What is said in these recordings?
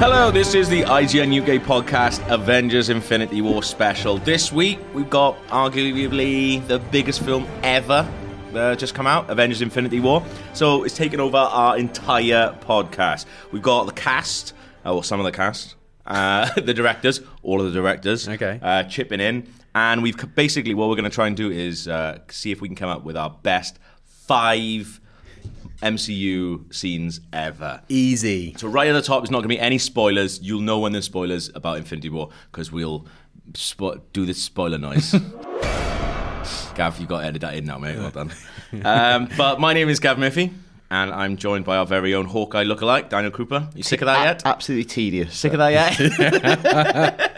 Hello, this is the IGN UK podcast Avengers Infinity War special. This week we've got arguably the biggest film ever uh, just come out, Avengers Infinity War. So it's taken over our entire podcast. We've got the cast, uh, or some of the cast, uh, the directors, all of the directors, Okay. uh, chipping in. And we've c- basically what we're going to try and do is uh, see if we can come up with our best five MCU scenes ever. Easy. So right at the top, there's not going to be any spoilers. You'll know when there's spoilers about Infinity War because we'll spo- do this spoiler noise. Gav, you got to edit that in now, mate. Well done. um, but my name is Gav Murphy, and I'm joined by our very own Hawkeye lookalike, Daniel Cooper. You sick of that yet? Absolutely tedious. sick of that yet?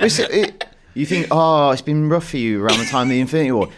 It's- it- you think, oh, it's been rough for you around the time of the Infinity War.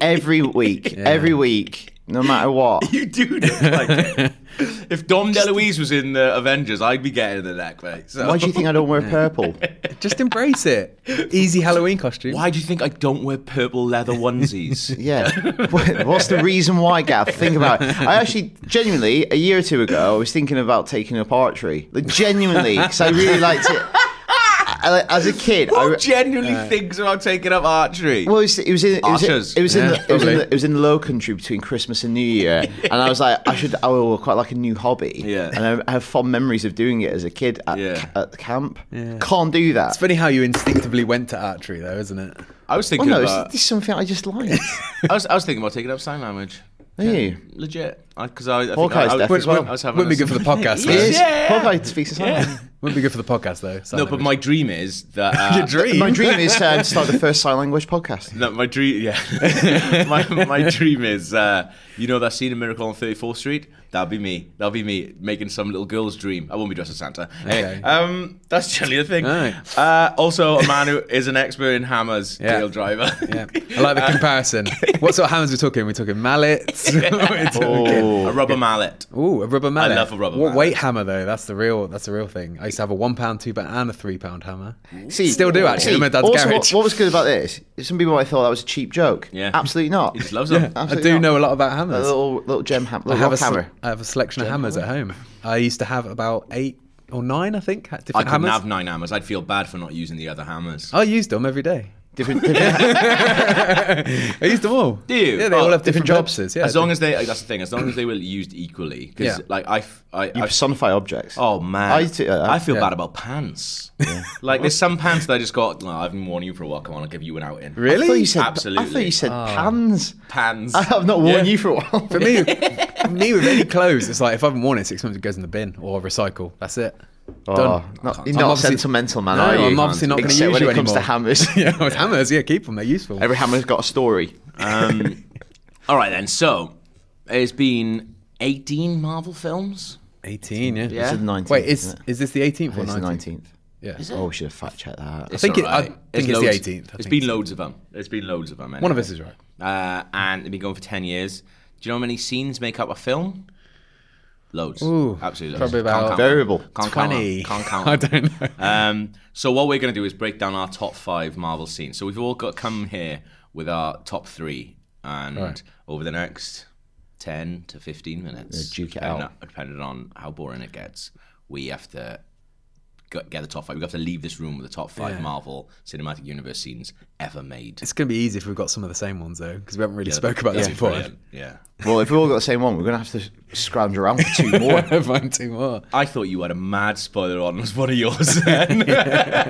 Every week, every week, no matter what. you do look like it. If Dom DeLuise was in the Avengers, I'd be getting the neck, mate. So. Why do you think I don't wear purple? Just embrace it. Easy Halloween costume. Why do you think I don't wear purple leather onesies? Yeah. What- What's the reason why, Gav? Think about it. I actually, genuinely, a year or two ago, I was thinking about taking up archery. Like, genuinely, because I really liked it. I- As a kid, I, Uh. Who genuinely thinks about taking up archery? Well, it was, it was in it was, in- Archers. it was in Yeah, the, it was in probably. the, it was in the Low Country between Christmas and New Year, and I was like, I should I will quite like a new hobby. Yeah. and I, I have fond memories of doing it as a kid at, Yeah. ca- at camp. Yeah. Can't do that. It's funny how you instinctively went to archery, though, isn't it? I was Oh thinking no, about. it's, it's something I just like. I was, I was thinking about taking up sign language. Are you? Legit, because I, I, think Hawkeye's I, I, deaf I, as well. I was having Wouldn't be a- good for the Yeah. podcast, though. It is. Yeah. Hawkeye speaks his Yeah. language. Wouldn't be good for the podcast, though. Sign No, but language. my dream is that uh, Your dream? My dream is uh, to start the first sign language podcast. No, my dream, yeah. my, my dream is, uh, you know, that scene in Miracle on 34th Street? That'll be me. That'll be me making some little girl's dream. I won't be dressed as Santa. Anyway, Okay. um, that's generally the thing. Aye. Uh, also, a man who is an expert in hammers, Yeah. Dale Driver. Yeah. I like the comparison. what sort of hammers we're talking? We're talking mallets. We're talking- A rubber mallet. Ooh, a rubber mallet. Oh. love a rubber What mallet. weight hammer though? That's the real. That's the real thing. I used to have a one pound, two pound, and a three pound hammer. See, Still do, actually, see, in my dad's also, garage. What, what was good about this? Some people might have thought that was a cheap joke. Yeah. absolutely not. He just loves them. I Absolutely do not. know a lot about A hammers. little little gem ham, I little have, a rock sel- hammer. I have a selection of hammers at home. I used to have about eight or nine, I think, ha- I different couldn't hammers. have nine hammers. I'd feel bad for not using the other hammers. I used them every day. Different, different I used them all. Do you? Yeah, they Oh, all have different, different jobs. jobs. Yeah, as long as they, like, that's the thing, as long as they were used equally. Because, Yeah. like, I, f- I, you I personify objects. Oh man, I I do that. feel uh, Yeah. bad about pants. like there's some pants that I just got. "Oh, I've been warning you for a while. Come on, I'll give you an out in. I thought you said, Absolutely. I thought you said pans. Pants. I have not worn Yeah. you for a while. Oh. for me, for me with any clothes, it's like if I haven't worn it six months, it goes in the bin or recycle. That's it. Oh, Done. Not, you're I'm not a obviously- sentimental man, No, are you? I'm obviously not gonna Except use when you it comes to anymore. hammers. Yeah, with hammers, yeah, keep them. They're useful. Every hammer's got a story. Um, all right then. So it's been 18 Marvel films. 18, yeah. Yeah. It's the 19th. Wait, is isn't it? is this the 18th or it's the 19th? 19th. Yeah. Oh, we should have fact checked that. It's think it- alright. I think There's it's the loads- 18th, I It's think been so. loads of them. There's been loads of them. One of anyway. us is right. Uh, and they've been going for 10 years. Do you know how many scenes make up a film? Loads. Ooh, Absolutely loads. probably about- count them. Variable. Can't Twenty. count them. I Can't count them. don't know. Um, so what we're going to do is break down our top five Marvel scenes. So we've all got come here with our top three, and Right. over the next ten to fifteen minutes, Yeah, duke it depending out. on- depending on how boring it gets, we have to go- get the top five. We have to leave this room with the top five Yeah. Marvel Cinematic Universe scenes ever made. It's going to be easy if we've got some of the same ones, though, because we haven't really Yeah, spoke about this that'd be before. brilliant. Yeah, Well, if we've all got the same one, we're going to have to scrounge around for two more. Find two more. I thought you had a mad spoiler on. Was one of yours? Then.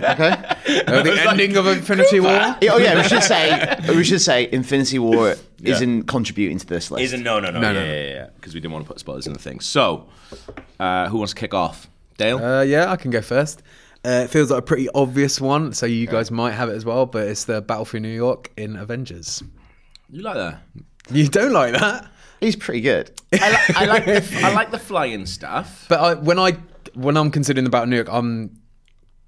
Oh, the ending of Infinity War. Yeah, oh, yeah, we should say, we should say Infinity War isn't contributing to this list. Isn't no no no No, yeah no, yeah no. yeah yeah because we didn't want to put spoilers in the thing. So, uh, who wants to kick off? Dale. Uh, yeah, I can go first. Uh, it feels like a pretty obvious one, so you guys might have it as well. But it's the battle for New York in Avengers. you like that? You don't like that, He's pretty good. I, li- I like the, I like the flying stuff. but I, when I when I'm considering the battle of New York, I'm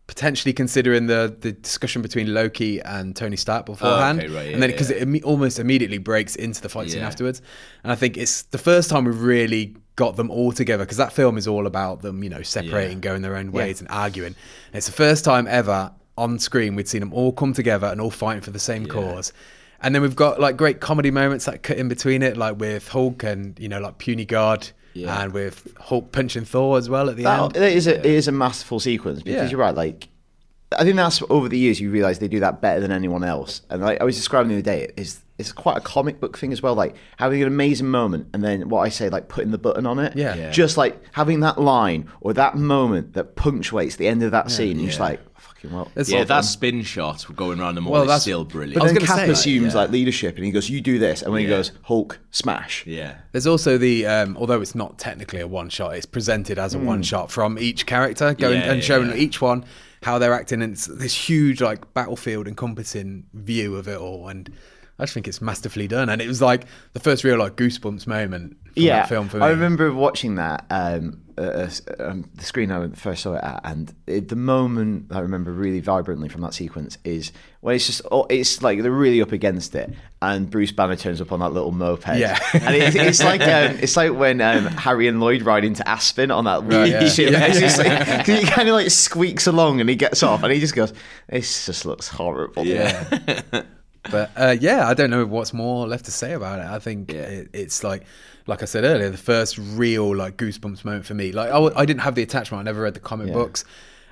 potentially considering the the discussion between Loki and Tony Stark beforehand, right, yeah, and then yeah, because yeah. it imme- almost immediately breaks into the fight scene Yeah. afterwards, and I think it's the first time we've really got them all together because that film is all about them, you know, separating, going their own ways, and arguing. And it's the first time ever on screen we'd seen them all come together and all fighting for the same cause. And then we've got like great comedy moments that cut in between it, like with Hulk and you know, like puny guard Yeah. and with Hulk punching Thor as well at the That, end. that is a, It is a masterful sequence because Yeah. you're right. Like, I think that's over the years you realise they do that better than anyone else. And like I was describing the other day, it's it's quite a comic book thing as well. Like having an amazing moment and then what I say, like putting the button on it. Yeah. Yeah. Just like having that line or that moment that punctuates the end of that scene. You're just Yeah. like "Oh, fucking well. It's yeah, all that fun. spin shot going around the mall Well, is that's- still brilliant. I But was then gonna Cap say, like, assumes yeah. like leadership and he goes, "You do this," and when he Yeah. goes, "Hulk smash." yeah. There's also the um, although it's not technically a one shot, it's presented as a one shot from each character, going Hmm. Yeah, and yeah, showing yeah. each one how they're acting. And it's this huge like battlefield encompassing view of it all, and I just think it's masterfully done. And it was like the first real like goosebumps moment. From yeah, that film for me. I remember watching that um, uh, uh, um, the screen I first saw it at, and it, the moment I remember really vibrantly from that sequence is when it's just oh, it's like they're really up against it, and Bruce Banner turns up on that little moped. Yeah. and it, it's like um, it's like when um, Harry and Lloyd ride into Aspen on that really yeah. shit. Yeah. It's just like, 'cause he kind of like squeaks along and he gets off, and he just goes, "This just looks horrible." Yeah. But uh, yeah, I don't know what's more left to say about it. I think it, it's like, like I said earlier, the first real like goosebumps moment for me. Like I, w- I didn't have the attachment. I never read the comic books,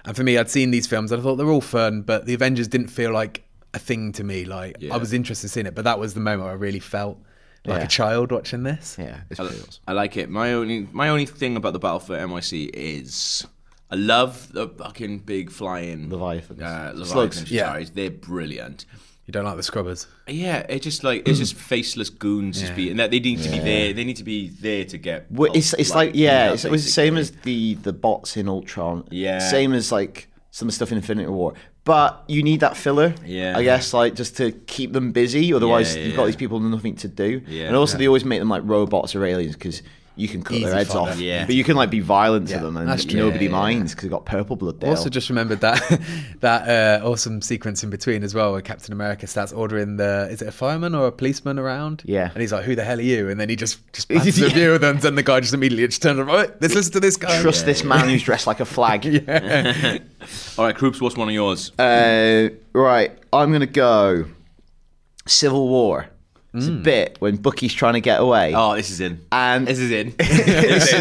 and for me, I'd seen these films and I thought they're all fun, but the Avengers didn't feel like a thing to me. Like I was interested in seeing it, but that was the moment I really felt like Yeah. a child watching this. yeah, it's I, pretty awesome. I like it. My only my only thing about the battle for NYC is I love the fucking big flying Leviathans. Uh, Slugs. Leviathans. Yeah. sorry, They're brilliant. You don't like the scrubbers. Yeah, it's just like it's just faceless goons just be, and that they need to be there. They need to be there to get. Well, it's it's like, you yeah, know, it's, it was the same basically. as the the bots in Ultron. Yeah. same as like some stuff in Infinity War. But you need that filler, Yeah. I guess, like just to keep them busy. Otherwise, Yeah, yeah, you've got yeah. these people with nothing to do. Yeah. and also they always make them like robots or aliens because you can cut Easy their heads fodder. off. Yeah. but you can like be violent to Yeah, them and that's true. nobody Yeah, yeah, minds because they've got purple blood. Dale. Also, just remembered that that uh, awesome sequence in between as well, where Captain America starts ordering the is it a fireman or a policeman around? Yeah. and he's like, "Who the hell are you?" And then he just just bats the view of them, and the guy just immediately just turns around. "Oh, Let's listen to this guy. trust this man who's dressed like a flag. All right, Krups, what's one of yours? Uh, right, I'm gonna go. Civil War. It's Mm. a bit when Bucky's trying to get away. oh, this is in. And This is in. it's,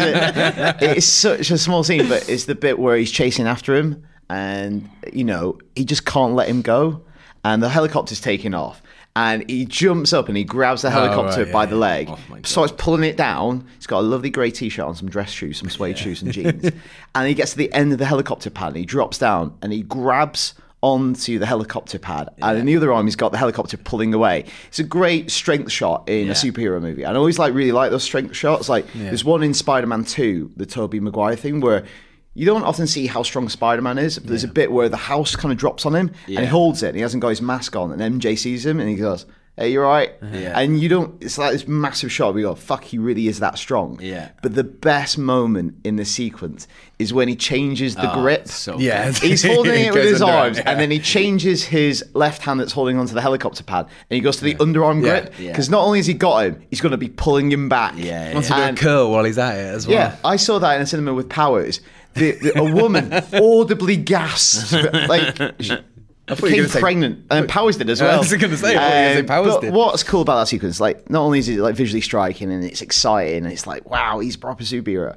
it's such a small scene, but it's the bit where he's chasing after him, and you know he just can't let him go, and the helicopter's taking off, and he jumps up and he grabs the helicopter right, yeah, by the yeah. leg, Oh, my God. starts pulling it down. He's got a lovely grey t-shirt on, some dress shoes, some suede shoes, and jeans, and he gets to the end of the helicopter pad, and he drops down, and he grabs. Onto the helicopter pad, and in the other arm, he's got the helicopter pulling away. It's a great strength shot in Yeah. a superhero movie, and I always like really like those strength shots. Like there's one in Spider-Man 2, the Tobey Maguire thing, where you don't often see how strong Spider-Man is. But there's a bit where the house kind of drops on him and Yeah. he holds it and he hasn't got his mask on, and MJ sees him and he goes, "Hey, you're right." Uh-huh. Yeah. And you don't. It's like this massive shot. We go, "Fuck, he really is that strong." Yeah. But the best moment in the sequence is when he changes the grip. Ah, so Yeah, He's holding He it with goes his under arms, yeah. and then he changes his left hand that's holding onto the helicopter pad, and he goes to the underarm Yeah. grip Yeah. because not only has he got him, he's going to be pulling him back. Yeah, yeah. wants to do a And- curl while he's at it as well. yeah, I saw that in a cinema with powers. The, the, a woman audibly gasped, like she thought you were became gonna say- pregnant, and Powers did as I well. was gonna say, I thought you were gonna say Um, Powers but did. what's cool about that sequence, like, not only is it like visually striking and it's exciting, and it's like, wow, he's a proper superhero.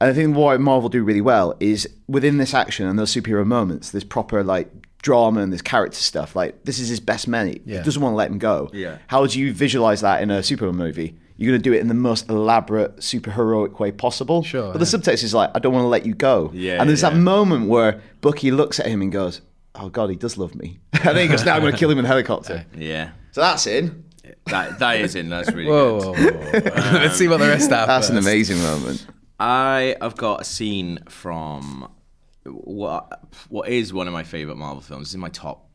And I think what Marvel do really well is within this action and those superhero moments, there's proper like drama and there's character stuff. Like this is his best many. Yeah. He doesn't want to let him go. Yeah. How do you visualize that in a superhero movie? You're going to do it in the most elaborate, superheroic way possible. Sure, But the yeah. subtext is like, I don't want to let you go. Yeah, And there's that yeah. moment where Bucky looks at him and goes, Oh God, he does love me. and then he goes, Now I'm going to kill him in a helicopter. Yeah, So that's in. that that is in. That's really Whoa, good. whoa, whoa, whoa. Let's see what the rest are. That's an first. amazing moment. I have got a scene from what what is one of my favorite Marvel films. It's in my top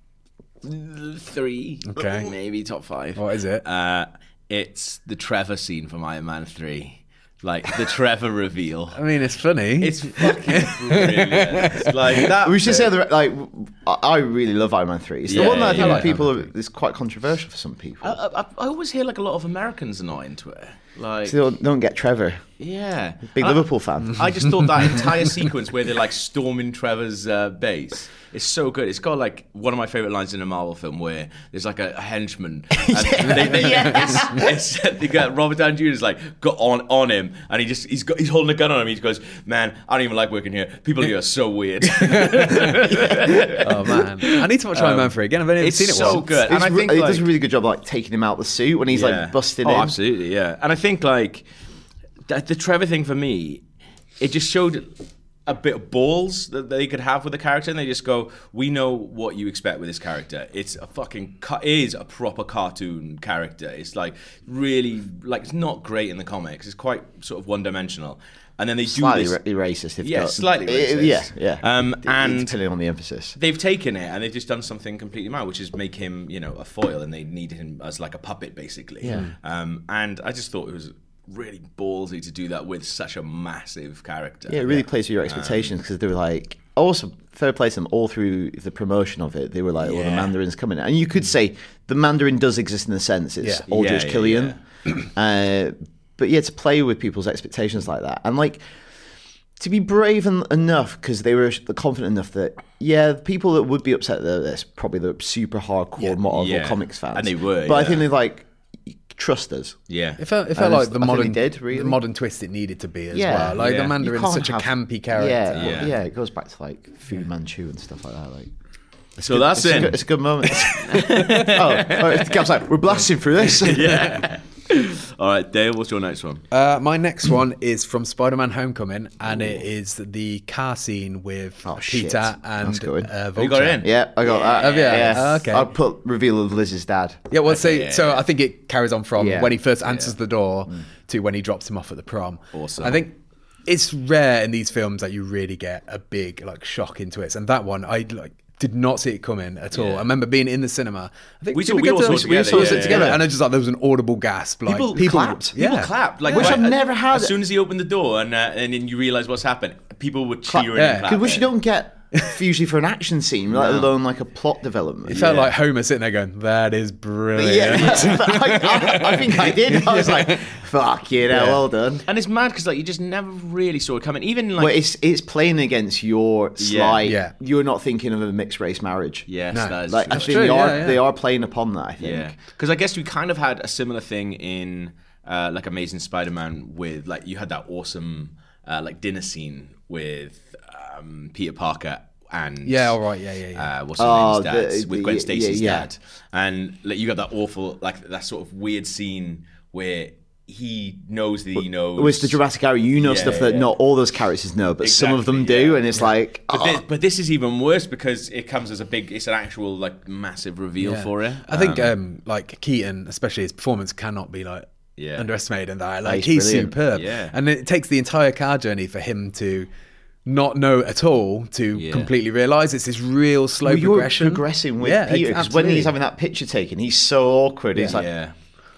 three, Okay. maybe top five. What is it? Uh, it's the Trevor scene from Iron Man three, like the Trevor reveal. I mean, it's funny. It's fucking brilliant. like that. We should bit- say that, like, I I really love Iron Man 3. It's the Yeah, one that I yeah, think yeah. Uh, people are, it's quite controversial for some people. I, I, I always hear like a lot of Americans are not into it. Like, So they don't, don't get Trevor. yeah, Big And I- Liverpool fan. I just thought that entire sequence where they're like storming Trevor's uh, base is so good. It's got like one of my favorite lines in a Marvel film where there's like a, a henchman. And they, they, it's, it's, they got Robert Downey Jr. is like got on on him, and he just he's got, he's holding a gun on him. He just goes, "Man, I don't even like working here. People here are so weird." Oh man, I need to watch Iron Man three again. I've only it's seen it so once. good, and Um, It's I re- think it like, does a really good job, like taking him out the suit when he's like busting oh, in. absolutely, yeah. And I think like th- the Trevor thing for me, it just showed a bit of balls that they could have with the character, and they just go, "We know what you expect with this character. It's a fucking ca- it is a proper cartoon character. It's like really like it's not great in the comics. It's quite sort of one dimensional." And then they Slightly do this. ra- racist. If Yeah, got- slightly Uh, racist. yeah, yeah. Um, It- and- depending on the emphasis. They've taken it and they've just done something completely mad, which is make him, you know, a foil, and they need him as like a puppet, basically. Yeah. Um, and I just thought it was really ballsy to do that with such a massive character. Yeah, it really plays with Um, your expectations because they were like, also fair play to them all through the promotion of it. They were like, well, the Yeah. Mm. Mandarin's coming, and you could say the Mandarin does exist in the sense it's Yeah. Aldrich Yeah, yeah, Killian. uh, but yeah, to play with people's expectations like that, and like to be brave en- enough because they were confident enough that yeah, the people that would be upset at this probably the super hardcore Marvel yeah. comics fans, And they were, But I yeah. think they like trust us. Yeah. It felt, it felt And like it's- the I think modern, it did, really. the modern twist it needed to be as Yeah. well. Like Yeah. the You Mandarin's can't such have- a campy character. Yeah, Yeah. yeah, It goes back to like Fu Manchu and stuff like that. Like. so that's It's a it. good, it's a good moment. oh, oh, it comes out. We're blasting through this. yeah. All right, Dale, what's your next one? Uh, my next one is from Spider-Man: Homecoming, and it is the car scene with Oh, shit. Peter and That's good. uh, Vulture. you got it in? Yeah, I got that. Have you? Yeah. Okay. Ah, I put reveal of Liz's dad. Yeah, well, so, yeah, so yeah. I think it carries on from Yeah. Mm. when he first answers the door to when he drops him off at the prom. Awesome. I think it's rare in these films that you really get a big like shock into it, and that one I like did not see it coming at all. Yeah. I remember being in the cinema. I think We did saw- we all saw it we together, saw yeah, it yeah, together, yeah. and I just like there was an audible gasp. Like People clapped. Yeah. People clapped. Like, Which right, I've uh, never had. As soon as he opened the door and uh, and then you realize what's happened, people were cheering yeah. and Good clapping. Good, which you don't get usually for an action scene, let alone like a plot development. It felt like Homer sitting there going, "That is brilliant." yeah, but I, I, I think I did. I was like, "Fuck you, know, well done." And it's mad because like you just never really saw it coming. Even like But it's it's playing against your slight. Yeah. You're not thinking of a mixed race marriage. yes, No. that is like true. I think true, they are yeah, yeah. they are playing upon that. I think. Yeah, because I guess we kind of had a similar thing in uh, like Amazing Spider-Man with like you had that awesome uh, like dinner scene with um, Peter Parker and Yeah, all right, yeah, yeah, yeah. Uh, what's her Oh, name's dad the- with the- Gwen yeah, Stacy's yeah. dad, and like you got that awful like that sort of weird scene where he knows that he knows. It was the dramatic hour. You know Yeah, stuff that yeah. not all those characters know, but some of them Exactly, do, yeah. and it's like, But, oh, thi- but this is even worse because it comes as a big. It's an actual like massive reveal Yeah. for it. I think um, like Keaton, especially his performance cannot be like Yeah. underestimated in that. Like he's he's brilliant. superb. Yeah. And it takes the entire car journey for him to not know at all to completely realise it's this real slow Well, oh, you're progression. progressing with Yeah, Peter because when absolutely. he's having that picture taken, he's so awkward. He's like, yeah.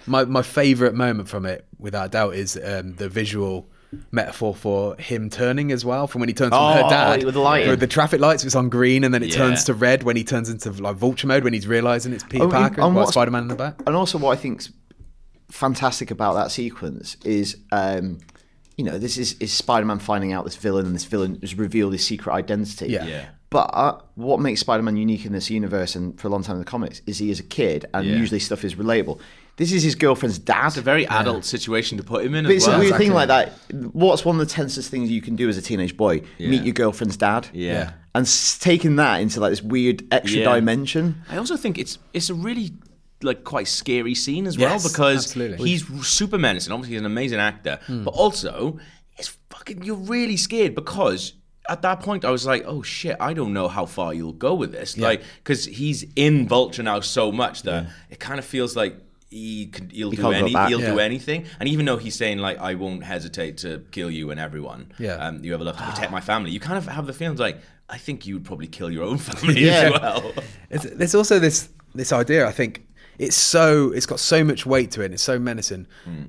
My my favourite moment from it, without doubt, is um, the visual metaphor for him turning as well. From when he turns from Oh, her dad with the lighting. with the traffic lights, it's on green, and then it Yeah. turns to red when he turns into like vulture mode when he's realising it's Peter Oh, in- Parker on and what's- Spider Man in the back. and also what I think's fantastic about that sequence is, um, you know, this is is Spider-Man finding out this villain, and this villain has revealed his secret identity. Yeah. Yeah. But uh, what makes Spider-Man unique in this universe and for a long time in the comics is he is a kid, and Yeah. usually stuff is relatable. This is his girlfriend's dad. It's a very adult situation to put him in. But as it's well. a weird thing like that. What's one of the tensest things you can do as a teenage boy? Meet your girlfriend's dad. Yeah. And s- taking that into like this weird extra Yeah. dimension. I also think it's it's a really like quite scary scene as well Yes, because absolutely. he's super menacing. Obviously, he's an amazing actor, but also it's fucking you're really scared because at that point I was like, oh shit, I don't know how far you'll go with this, like because he's in Vulture now so much that it kind of feels like. He could, he'll do can't go any, back. he'll do Yeah. anything, and even though he's saying like, "I won't hesitate to kill you and everyone," Yeah. um, you ever love to protect my family. You kind of have the feelings like, "I think you would probably kill your own family Yeah. as well." It's, there's also this this idea. I think Hmm. it's so it's got so much weight to it. and It's so menacing.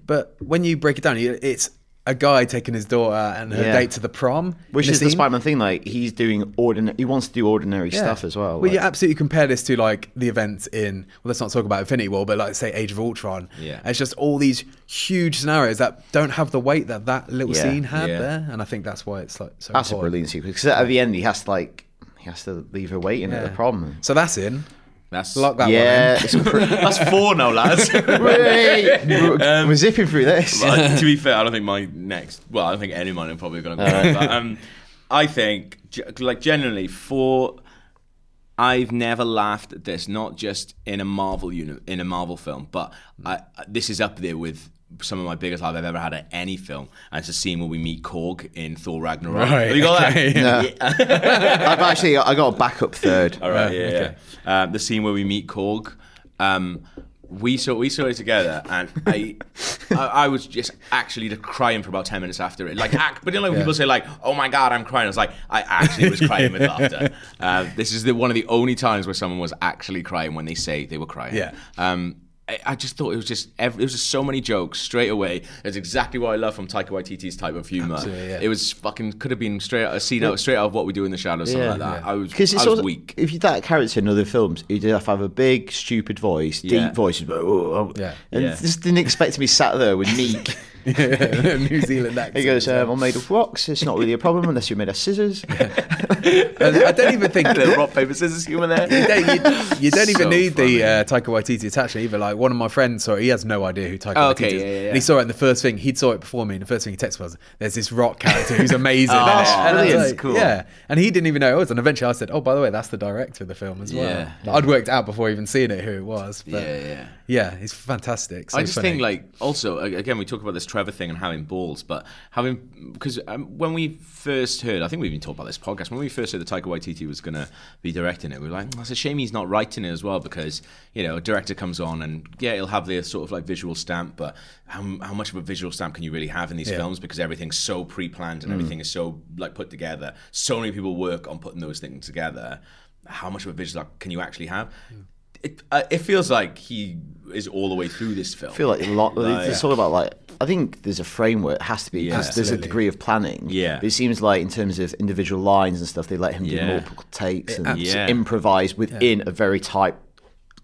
But when you break it down, you- it's a guy taking his daughter and her Yeah. date to the prom. Which in a is the scene. Spider-Man thing. Like he's doing ordinary. He wants to do ordinary stuff as well. Well, like- you absolutely compare this to like the events in. Well, let's not talk about Infinity War, but like say Age of Ultron. Yeah. And it's just all these huge scenarios that don't have the weight that that little Yeah, scene had yeah. there, and I think that's why it's like so That's a important. brilliant sequence because at the end he has to like he has to leave her waiting at the Yeah. problem. So that's in. That's Lock that Yeah, it's pretty. That's four now, lads. Wait, we're, we're zipping through this. But to be fair, I don't think my next. Well, I don't think any of mine are probably going to go. but, um, I think, ge- like, generally, for I've never laughed at this. Not just in a Marvel uni- in a Marvel film, but I, this is up there with some of my biggest laugh I've ever had at any film. And it's a scene where we meet Korg in Thor Ragnarok. Right, Have you got okay. that? No. I've actually I got a backup third. All right, yeah, Yeah, okay. yeah. Um, the scene where we meet Korg. Um, we saw we saw it together, and I, I I was just actually just crying for about ten minutes after it. Like, act, but you know, when people say like, "Oh my god, I'm crying." I was like, I actually was crying with laughter. Uh, this is the, one of the only times where someone was actually crying when they say they were crying. Yeah. Um, I, I just thought it was just ev it was just so many jokes straight away. It's exactly what I love from Taika Waititi's type of humor. Absolutely, yeah. It was fucking could have been straight out a scene out straight out of what we do in the shadows, something Yeah. like that. I was Because I it's was also, weak. If you that character in other films, you did have to have a big, stupid voice, Yeah. deep voice, but oh, oh. Yeah. and Yeah. just didn't expect to be sat there with Meek. New Zealand accent. he goes, um, "I'm made of rocks. It's not really a problem unless you're made of scissors." And I don't even think little rock paper scissors humor there. you don't, you, you don't even So need funny. the uh, Taika Waititi attachment either. Like one of my friends saw it. He has no idea who Taika Oh, Waititi okay, is. yeah, yeah, yeah. And he saw it, and the first thing he saw it before me, and the first thing he texted was, "There's this rock character who's amazing." Oh, in it." that's And I was brilliant. like, Cool. Yeah, and he didn't even know who it was. And eventually, I said, "Oh, by the way, that's the director of the film as well." Yeah. I'd worked out before even seeing it who it was. But Yeah, yeah. yeah, he's fantastic. So I just funny. think, like, also, a- again, we talk about this Trevor thing and having balls, but having, because um, when we first heard, I think we've been talking about this podcast, when we first heard that Taika Waititi was going to be directing it, we were like, that's a shame he's not writing it as well, because, you know, a director comes on and, yeah, he'll have the sort of like visual stamp, but how, how much of a visual stamp can you really have in these films? Because everything's so pre planned and everything is so, like, put together. So many people work on putting those things together. How much of a visual stamp can you actually have? It, uh, it feels like he is all the way through this film. I feel like a lot. Like- it's all about like. I think there's a framework. It has to be. 'cause there's a Absolutely. degree of planning. Yeah. But it seems like in terms of individual lines and stuff, they let him Yeah. do multiple takes and abs- Yeah. improvise within a very tight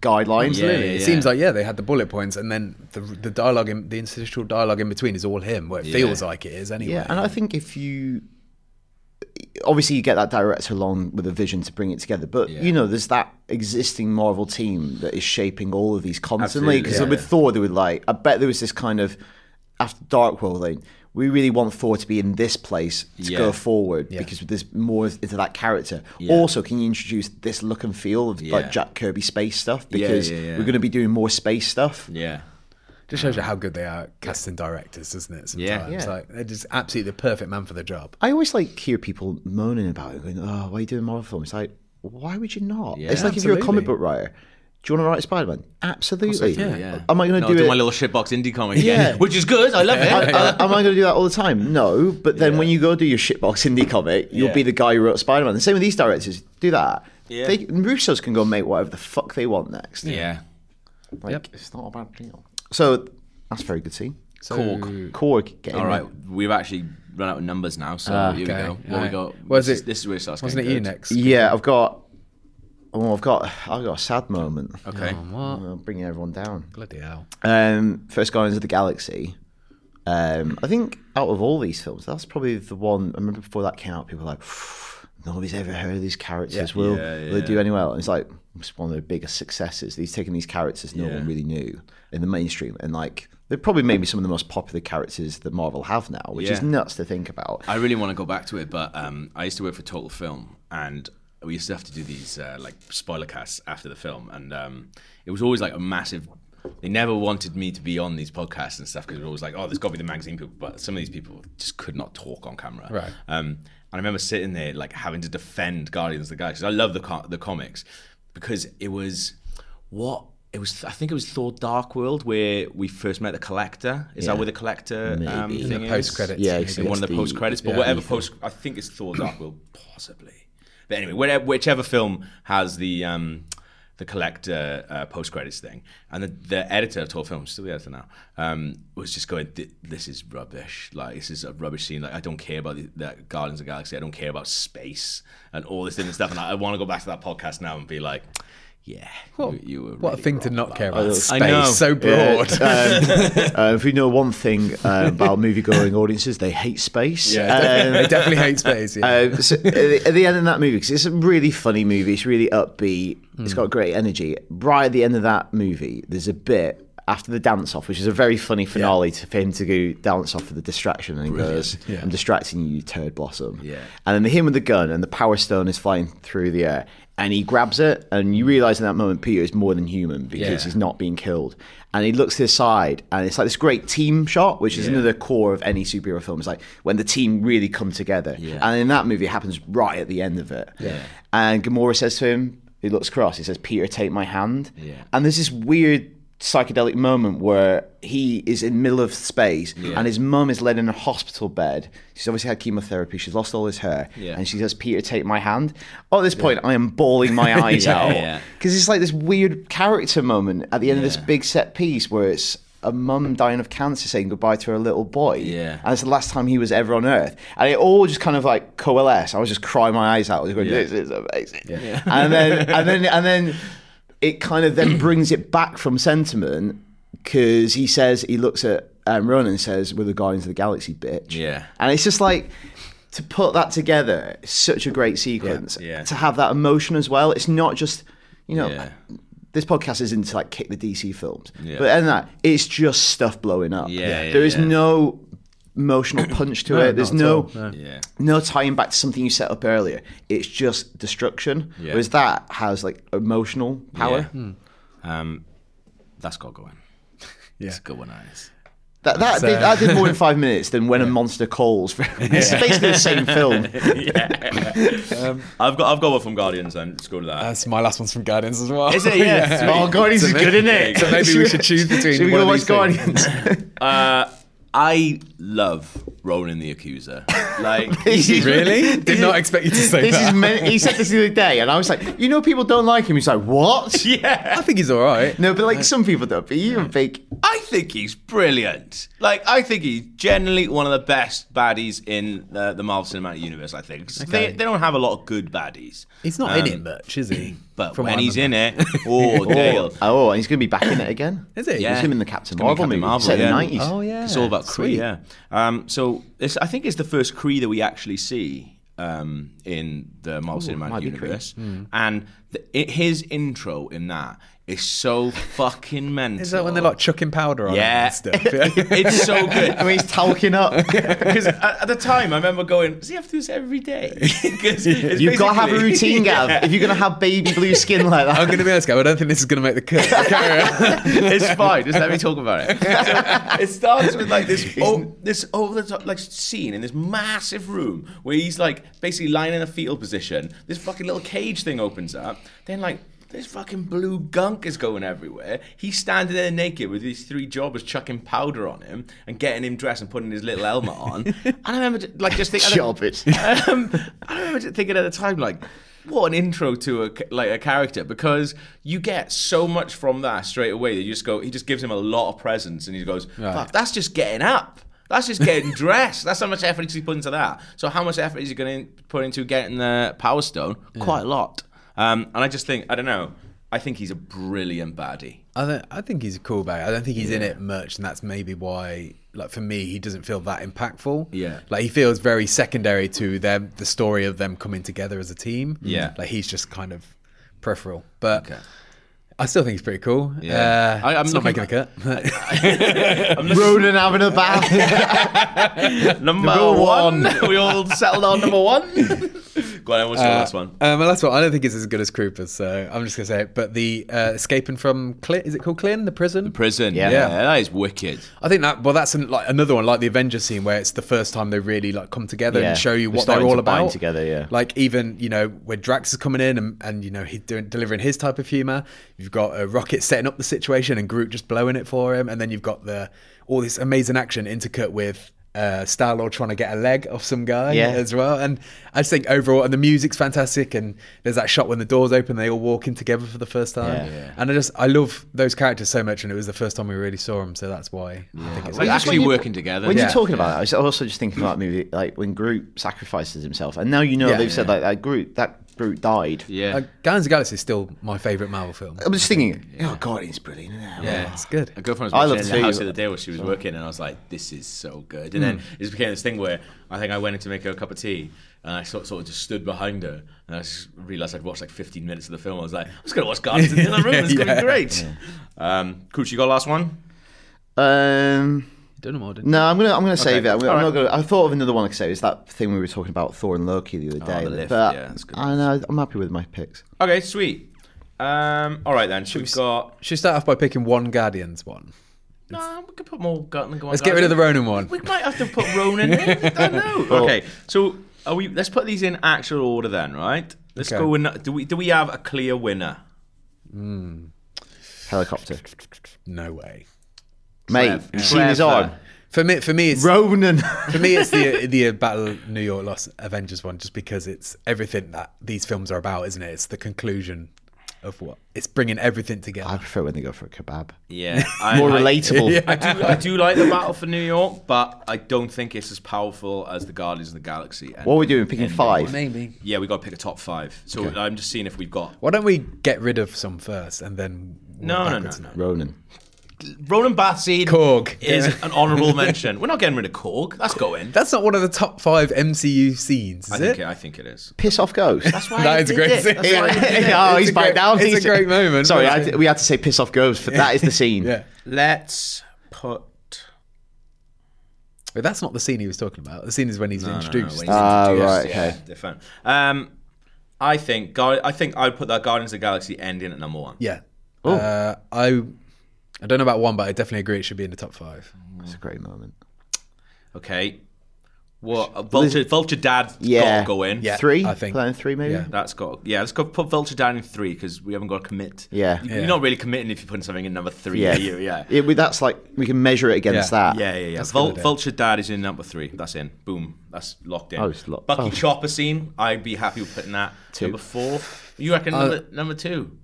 guidelines. Yeah, Absolutely. yeah, it yeah. seems like yeah, they had the bullet points, and then the the dialogue, in, the interstitial dialogue in between, is all him. Where it feels like it is anyway. Yeah, and I think if you obviously you get that director along with a vision to bring it together, but you know, there's that existing Marvel team that is shaping all of these constantly. Absolutely, Because yeah. with Thor, they were like, I bet there was this kind of after Dark World thing. We really want Thor to be in this place to Yeah. go forward because there's more into that character. Also, can you introduce this look and feel of Yeah. like Jack Kirby space stuff? Because yeah, yeah. we're going to be doing more space stuff. Yeah. Just shows you how good they are at casting directors, doesn't it? Yeah. Sometimes, Yeah. like they're just absolutely the perfect man for the job. I always like hear people moaning about it, going, "Oh, why are you doing Marvel films?" It's like, why would you not? Yeah. it's like if you're a comic Absolutely. book writer, do you want to write Spider Man? Absolutely. yeah. Am I going No, to I'll do it? my little shitbox indie comic again, Yeah. which is good. I love it. I- I- am I going to do that all the time? No, but then when you go do your shitbox indie comic, you'll Yeah. be the guy who wrote Spider Man. The same with these directors. Do that. Yeah. They, Russo's can go make whatever the fuck they want next. yeah. Like, It's not a bad deal. So that's a very good scene. Cork. Korg getting All right, Ah, we've actually run out of numbers now, so here okay. we go. What we Alright. got? Was this it- This is where it starts. Wasn't it getting you good. next? Yeah, I've got. Oh, I've got. I've got a sad moment. Okay. Uh, bringing everyone down. Bloody hell! Um, First Guardians of the Galaxy. Um, I think out of all these films, that's probably the one. I remember before that came out, people were like, nobody's ever heard of these characters. will, Yeah, will they do any well? And it's like it's one of their biggest successes. He's taken these characters no one really knew in the mainstream, and like they're probably maybe some of the most popular characters that Marvel have now, which is Yeah. nuts to think about. I really want to go back to it, but um, I used to work for Total Film, and we used to have to do these uh, like spoiler casts after the film, and um, it was always like a massive. They never wanted me to be on these podcasts and stuff because it was always like, oh, there's got to be the magazine people, but some of these people just could not talk on camera. Right. Um, and I remember sitting there like having to defend Guardians of the Galaxy. 'cause I love the co- the comics because it was what it was. I think it was Thor: Dark World where we first met the Collector. Is that where the Collector um, Maybe. thing In the is? post-credits, Yeah, maybe. it's in one of the the- post credits, but yeah. whatever post, I think it's Thor Dark World, possibly. But anyway, whatever, whichever film has the um, the collector uh, post credits thing, and the, the editor of Tall Films, still the editor now, um, was just going, "Th- "This is rubbish. Like this is a rubbish scene. Like I don't care about the, the Guardians of the Galaxy. I don't care about space and all this different stuff." And I, I want to go back to that podcast now and be like. Yeah, you, you were What a really thing to wrong not about care that." about. I Space, know. so broad. Yeah, um, uh, if we know one thing uh, about movie-going audiences, they hate space. Yeah, Um, they definitely hate space. Yeah. Uh, so at, the, at the end of that movie, because it's a really funny movie, it's really upbeat, it's got great energy. Right at the end of that movie, there's a bit after the dance off, which is a very funny finale to, for him to go dance off for the distraction, and he goes, "I'm distracting you, Turd Blossom." Yeah. And then him with the gun and the power stone is flying through the air, and he grabs it, and you realise in that moment Peter is more than human because Yeah. he's not being killed. And he looks to his side, and it's like this great team shot, which is another core of any superhero film. It's like when the team really come together. Yeah. And in that movie, it happens right at the end of it. Yeah. And Gamora says to him, he looks across, he says, Peter, take my hand. Yeah. And there's this weird psychedelic moment where he is in the middle of space and his mum is laid in a hospital bed. She's obviously had chemotherapy, she's lost all his hair. Yeah. And she says, Peter, take my hand. Oh, at this point, I am bawling my eyes Yeah, out. yeah. Because it's like this weird character moment at the end of this Yeah. big set piece where it's a mum dying of cancer saying goodbye to her little boy. Yeah. And it's the last time he was ever on Earth. And it all just kind of like coalesced. I was just crying my eyes out. I was going, Yeah. this is amazing. And then, and then, and then it kind of then brings it back from sentiment because he says, he looks at um, Ronan and says, we're the Guardians of the Galaxy, bitch. Yeah. And it's just like, to put that together, such a great sequence. Yeah. To have that emotion as well. It's not just, you know, Yeah. this podcast isn't to like kick the DC films, Yeah. but other than that, it's just stuff blowing up. Yeah, yeah, there is yeah. no emotional punch to it. There's not at no all, no. Yeah. no tying back to something you set up earlier. It's just destruction. Yeah. Whereas that has like emotional power. Yeah. Hmm. Um, that's got going. Yeah. It's a good one, eyes. That that did, that did more in five minutes than when a monster calls. it's basically the same film. Um, I've got I've got one from Guardians. Then let's go to that. That's my last one's from Guardians as well. Is it? Yeah. Sweet. Oh, Guardians is good, isn't it? So maybe we should choose between. Should we one go of watch these things. Guardians? Uh, I love Ronan the Accuser. Like, This is- Really? Did this not is- expect you to say This that. is men- he said this the other day, and I was like, you know, people don't like him. He's like, what? yeah. I think he's all right. No, but like some people don't. But you don't think I think he's brilliant. Like, I think he's generally one of the best baddies in the, the Marvel Cinematic Universe, I think. 'Cause They, Okay. they don't have a lot of good baddies. He's not in Um, it much, is he? But From when what I he's in remember. it, oh, Dale. Oh, and he's going to be back in it again. Is he? Yeah. It's him in the Captain It's gonna be Marvel Captain movie. Marvel, set in yeah. the nineties. Oh yeah. It's all about Cree, Sweet. yeah. Um, so this, I think, is the first Cree that we actually see um, in the Marvel Cinematic might be Hmm. Kree. Universe, and the, it, his intro in that is so fucking mental. Is that when they're like chucking powder on Yeah. him and stuff? Yeah. It's so good. I mean, he's talking up. Because at, at the time, I remember going, "Does he have to do this every day?" Because You've got to have a routine, Gav. If you're going to have baby blue skin like I'm that, going to be honest, Gav, I don't think this is going to make the cut. Carry on. it's fine. Just let me talk about it. So it starts with like this oh, this over the top like scene in this massive room where he's like basically lying in a fetal position. This fucking little cage thing opens up. Then like. This fucking blue gunk is going everywhere. He's standing there naked with these three jobbers chucking powder on him and getting him dressed and putting his little helmet on. And I remember like just thinking, jobbers. um, I remember just thinking at the time, like, what an intro to a ca- like a character because you get so much from that straight away. That you just go, he just gives him a lot of presents, and he goes, "Fuck, that's just getting up." That's just getting dressed. That's how much effort he's put into that. So how much effort is he going to put into getting the Power Stone? Quite a lot. Um, and I just think, I don't know. I think he's a brilliant baddie. I, don't, I think he's a cool bag. I don't think he's in it much, and that's maybe why, like for me, he doesn't feel that impactful. Yeah. like he feels very secondary to them. The story of them coming together as a team. Yeah. like he's just kind of peripheral, but. I still think he's pretty cool. Yeah. Uh, I- I'm it's not looking- making a cut. Ronan having a bath. Number, one. we all settled on number one. Go on, what's your last one? Uh, my last one, I don't think it's as good as Krupa's, so I'm just going to say it. But the uh, escaping from Clin, is it called Clin, the prison? Prison. Yeah. yeah, that is wicked. I think that well, that's an, like another one, like the Avengers scene, where it's the first time they really like come together Yeah, and show you they're what they're starting all to bind about together, yeah. like even you know where Drax is coming in and, and you know he's doing delivering his type of humor. You've got a Rocket setting up the situation and Groot just blowing it for him, and then you've got the all this amazing action intercut with uh, Star Lord trying to get a leg off some guy Yeah. as well. And I just think overall, and the music's fantastic. And there's that shot when the doors open, they all walk in together for the first time. Yeah. Yeah. And I just I love those characters so much, and it was the first time we really saw them, so that's why I think it's Like When- actually when you- working together. When Yeah. you're talking about that, I was also just thinking about movie like when Groot sacrifices himself, and now you know Yeah. they've said like that Groot that Groot died. yeah. Uh, Guardians of the Galaxy is still my favorite Marvel film. I was just thinking, oh god, he's brilliant. isn't he? Yeah, it's good. A girlfriend was I watching love it in to the see house you. the other day where she was working, and I was like, "This is so good." Hmm. And then it just became this thing where I think I went in to make her a cup of tea, and I sort, sort of just stood behind her, and I just realized I'd watched like 15 minutes of the film. I was like, "I'm just gonna watch Guardians in the other room. It's gonna Yeah. be great." Um, Cooch, you got a last one? Um, Don't know more, didn't no, I'm gonna I'm gonna save it. I'm, I'm All not right. gonna. I thought of another one I could say. It's that thing we were talking about Thor and Loki the other day. Oh, the lift, but yeah, that's good. I know I'm happy with my picks. Okay, sweet. Um, all right then. So we've got. Should we start off by picking one Guardians one? No, we could put more Guardian. Let's get rid of the Ronin one. We might have to put Ronan in. I don't know. okay, so are we? Let's put these in actual order then, right? Let's Okay. go. In, do we? Do we have a clear winner? Helicopter, No way. mate. Trev. Machine is Trevor. on. For me, for me, it's Ronan. for me, it's the the uh, Battle of New York Los Avengers one, just because it's everything that these films are about, isn't it? It's the conclusion of what it's bringing everything together. I prefer when they go for a kebab. Yeah, I, More I- relatable. I do, I do like the Battle for New York, but I don't think it's as powerful as the Guardians of the Galaxy. And What are we doing? Picking five. Maybe. Yeah, we got to pick a top five. So I'm just seeing if we've got. Why don't we get rid of some first and then work No, no, backwards no, now? Ronan. Ronan Bathseed Korg. is Yeah. an honourable mention. We're not getting rid of Korg. That's going. That's not one of the top five MCU scenes, is I think it? I think it is. Piss off, ghost. That's why That I is a did great it. scene. That's why I did it. oh, It's he's a back great- down. it's a He's- great moment, Sorry, I wasn't had it? to- we had to say piss off goes for that is the scene. Yeah, Let's put. but that's not the scene he was talking about. The scene is when he's introduced. No, no, Ah, when he's introduced, right, okay. yeah, different. Um, I think Guar- I think I'd put that Guardians of the Galaxy ending at number one. Yeah. Oh. Uh, I I don't know about one, but I definitely agree it should be in the top five. It's a great moment. Okay. What uh, Vulture, Vulture Dad yeah. got Yeah. to go in. Yeah. Three, I think. Plan three, maybe. Yeah. That's got yeah. Let's go put Vulture Dad in three because we haven't got to commit. Yeah. You, are not really committing if you're putting something in number three. Yeah. are you? yeah. It- we- that's like we can measure it against Yeah. that. Yeah, yeah, yeah. That's a Vul- good idea. Vulture Dad is in number three. That's in. Boom. That's locked in. Oh, it's locked. Bucky Oh. Chopper scene. I'd be happy with putting that. Number four. You reckon Uh, number, number two?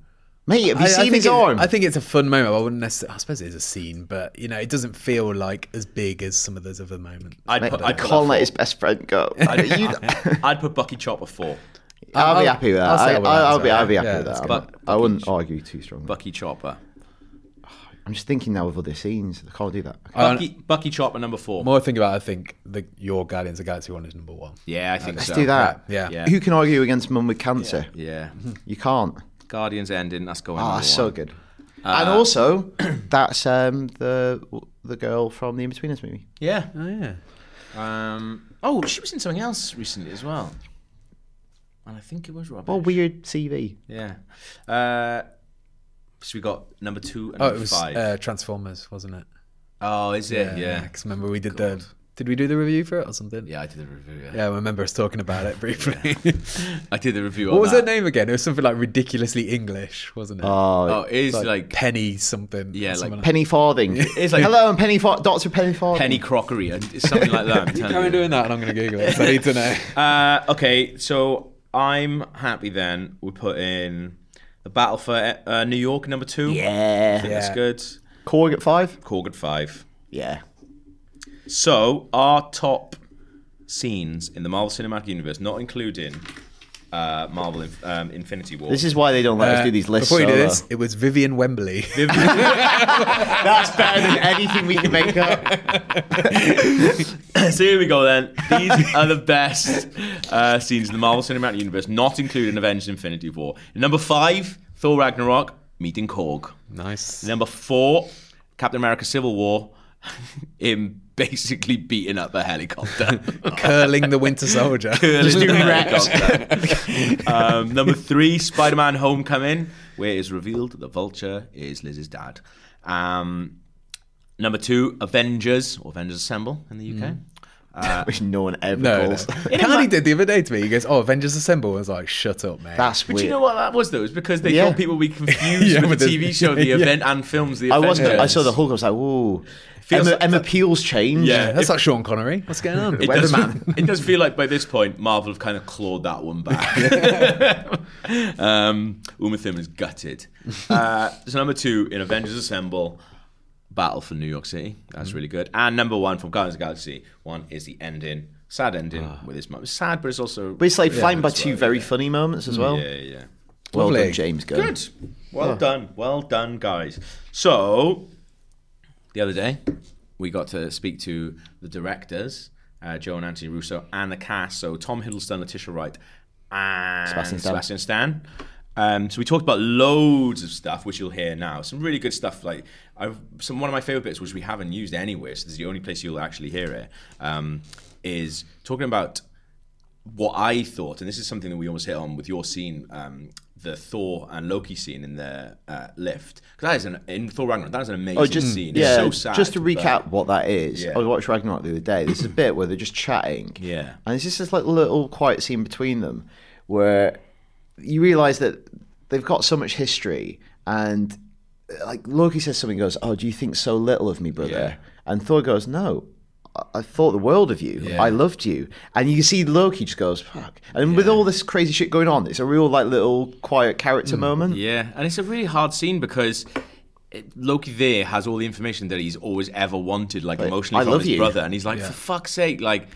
Mate, have I- you I seen think his it- arm? I think it's a fun moment. I wouldn't necessarily. I suppose it is a scene, but you know, it doesn't feel like as big as some of those other moments. I'd Mate, put, I'd put Colin that let his best friend go. You- four. I'd put Bucky Chopper four. I'll I'll- be happy with that. I'll I, settle with that I'll, as be, well. I'll be happy Yeah, with that's that. good. I'm- I wouldn't argue too strongly. Bucky Chopper. I'm just thinking now of other scenes. I can't do that. Uh, Bucky, Bucky Chopper number four. The more I think about, it, I think the your Guardians of the Galaxy one is number one. yeah, I think Let's so. do that. Yeah. Yeah. Who can argue against mum with cancer? Yeah. You can't. Guardians ending. That's going. Ah, number that's so one. good. and also, that's um, the the girl from the Inbetweeners movie. Yeah. Oh yeah, Um, oh, she was in something else recently as well. And I think it was Robert. What a weird CV. Yeah. Uh, so we got number two and oh number it was five. uh, Transformers, wasn't it? oh, is it? Yeah. Because remember we did the did we do the review for it or something? Yeah, I did the review. Yeah. Yeah, I remember us talking about it briefly. I did the review. what on was her that. name again? It was something like ridiculously English, wasn't it? Oh, it is like, Penny something. Yeah, like something Penny Farthing. Oh. It's like- Hello, I'm Penny Far- Doctor Penny Farthing. penny crockery. It's something like that. I'm telling Carry on you. doing that, and I'm going to Google it. 'cause I need to know. Uh, okay, so I'm happy then. We put in the battle for uh, New York number two. Yeah. That's Yeah. good. Korg at five. Korg at five. Yeah. So our top scenes in the Marvel Cinematic Universe, not including uh, Marvel Inf- um, Infinity War. This is why they don't let us Uh, do these lists. Before you do solo. this, it was Vivian Wembley. that's better than anything we can make up. so here we go then. These are the best uh, scenes in the Marvel Cinematic Universe, not including Avengers Infinity War. Number five, Thor Ragnarok, meeting Korg. nice. Number four, Captain America Civil War, him basically beating up a helicopter. Curling the Winter Soldier. Let's do helicopter. um, number three, Spider Man Homecoming, where it is revealed the vulture is Liz's dad. Um, number two, Avengers, or Avengers Assemble in the UK. Uh, which no one ever No, no. calls. Carney did the other day to me. He goes, "Oh, Avengers Assemble." I was like, "Shut up, mate." That's but weird. you know what that was though? It was because they Yeah. thought people would be confused Yeah, with with the the- TV show, the yeah. event, and films. The I was. Avengers. I saw the Hulk. I was like, "Whoa!" Feels Emma, like Emma Peel's changed. Yeah. that's like Sean Connery. What's going on? It does, it does feel like by this point, Marvel have kind of clawed that one back. um, Uma Thurman is gutted. Uh, so number two in Avengers Assemble, Battle for New York City. Mm-hmm. That's really good. And number one from Guardians of the Galaxy. One is the ending, sad ending with his mum. It's sad, but it's also. Ah. But it's like flanked by as two well, very yeah. funny moments as well. Yeah, yeah. Well Lovely. done, James Gunn. Good. Well done. Well done, guys. So, the other day, we got to speak to the directors, uh, Joe and Anthony Russo, and the cast. So, Tom Hiddleston, Letitia Wright, and Sebastian Sebastian Stan. Stan. Um, so we talked about loads of stuff, which you'll hear now. Some really good stuff. Like I've, some one of my favorite bits, which we haven't used anywhere, so this is the only place you'll actually hear it. Um, is talking about what I thought, and this is something that we almost hit on with your scene, um, the Thor and Loki scene in the uh, lift. Because that is an in Thor Ragnarok, that is an amazing Oh, just scene. it's yeah. so sad. just to but- recap what that is. Yeah. I watched Ragnarok the other day. There's a bit where they're just chatting. Yeah. and it's just this like little quiet scene between them where you realise that they've got so much history and uh, like Loki says something goes, "Oh, do you think so little of me, brother?" And Thor goes, "No." I- I thought the world of you. Yeah. I loved you, and you see Loki just goes fuck. And with all this crazy shit going on, it's a real like little quiet character moment. Mm. Yeah, and it's a really hard scene because it, Loki there has all the information that he's always ever wanted, like emotionally I from love his you. brother, and he's like, for fuck's sake, like.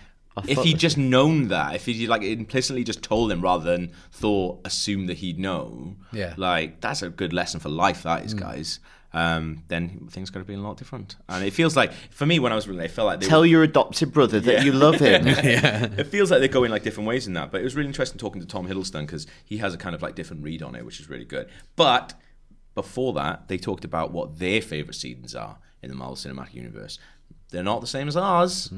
If thought he'd this- just known that, if he like implicitly just told him rather than Thor assumed that he'd know, Yeah. like that's a good lesson for life. That is, guys. Um, then things could have been a lot different. And it feels like for me when I was reading, it felt like they were Tell your adopted brother that Yeah. you love him. it feels like they're going like different ways in that. But it was really interesting talking to Tom Hiddleston because he has a kind of like different read on it, which is really good. But before that, they talked about what their favorite scenes are in the Marvel Cinematic Universe. They're not the same as ours,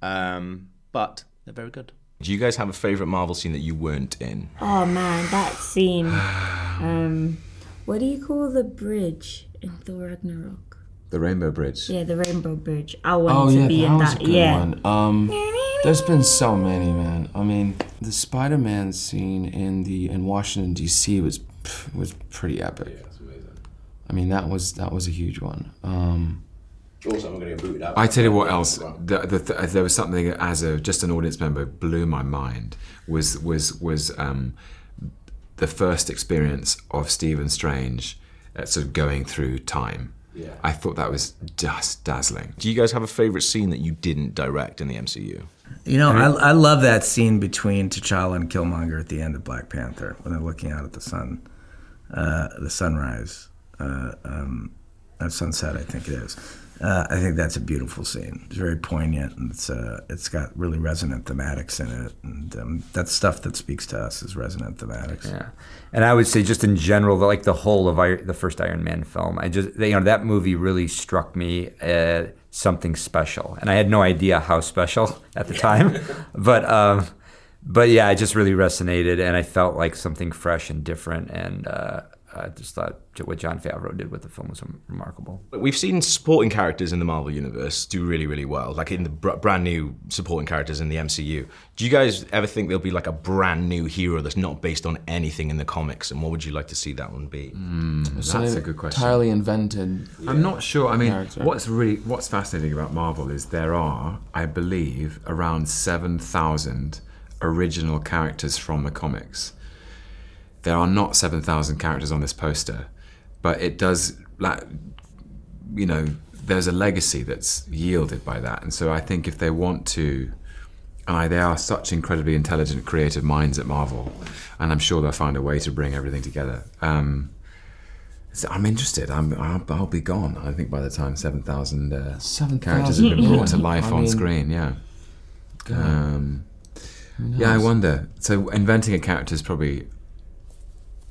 um, but they're very good. Do you guys have a favorite Marvel scene that you weren't in? Oh man, that scene. Um, what do you call the bridge in Thor Ragnarok? The Rainbow Bridge. Yeah, the Rainbow Bridge. I wanted Oh to yeah, be that in was that. a good yeah. one. Um, there's been so many, man. I mean, the Spider-Man scene in the in Washington D.C. was was pretty epic. Yeah, it's amazing. I mean, that was that was a huge one. Um, Also, I'm going to get booted out. I tell you what else. The, the, th there was something as a just an audience member blew my mind. Was was was um, the first experience of Stephen Strange uh, sort of going through time. Yeah. I thought that was just dazzling. Do you guys have a favorite scene that you didn't direct in the MCU? You know, I, I love that scene between T'Challa and Killmonger at the end of Black Panther when they're looking out at the sun, uh, the sunrise, uh, um, at sunset. I think it is. Uh, I think that's a beautiful scene. It's very poignant, and it's uh, it's got really resonant thematics in it, and um, that's stuff that speaks to us is resonant thematics. Yeah, and I would say just in general, like the whole of Ir- the first Iron Man film, I just you know that movie really struck me uh, something special, and I had no idea how special at the time, but um, but yeah, it just really resonated, and I felt like something fresh and different, and uh, I just thought what John Favreau did with the film was remarkable. We've seen supporting characters in the Marvel universe do really, really well, like in the br- brand new supporting characters in the MCU. Do you guys ever think there'll be like a brand new hero that's not based on anything in the comics? And what would you like to see that one be? That's they a good question. Entirely invented. I'm not sure. I mean, Character. what's really what's fascinating about Marvel is there are, I believe, around seven thousand original characters from the comics. There are not seven thousand characters on this poster, but it does like you know there's a legacy that's yielded by that, and so I think if they want to. And I, they are such incredibly intelligent, creative minds at Marvel, and I'm sure they'll find a way to bring everything together. Um, so I'm interested. I'm, I'll, I'll be gone. I think by the time seven thousand uh, 7,000, characters have been brought to yeah. life I on mean, screen. Yeah. God. Um, yeah, I wonder. So inventing a character is probably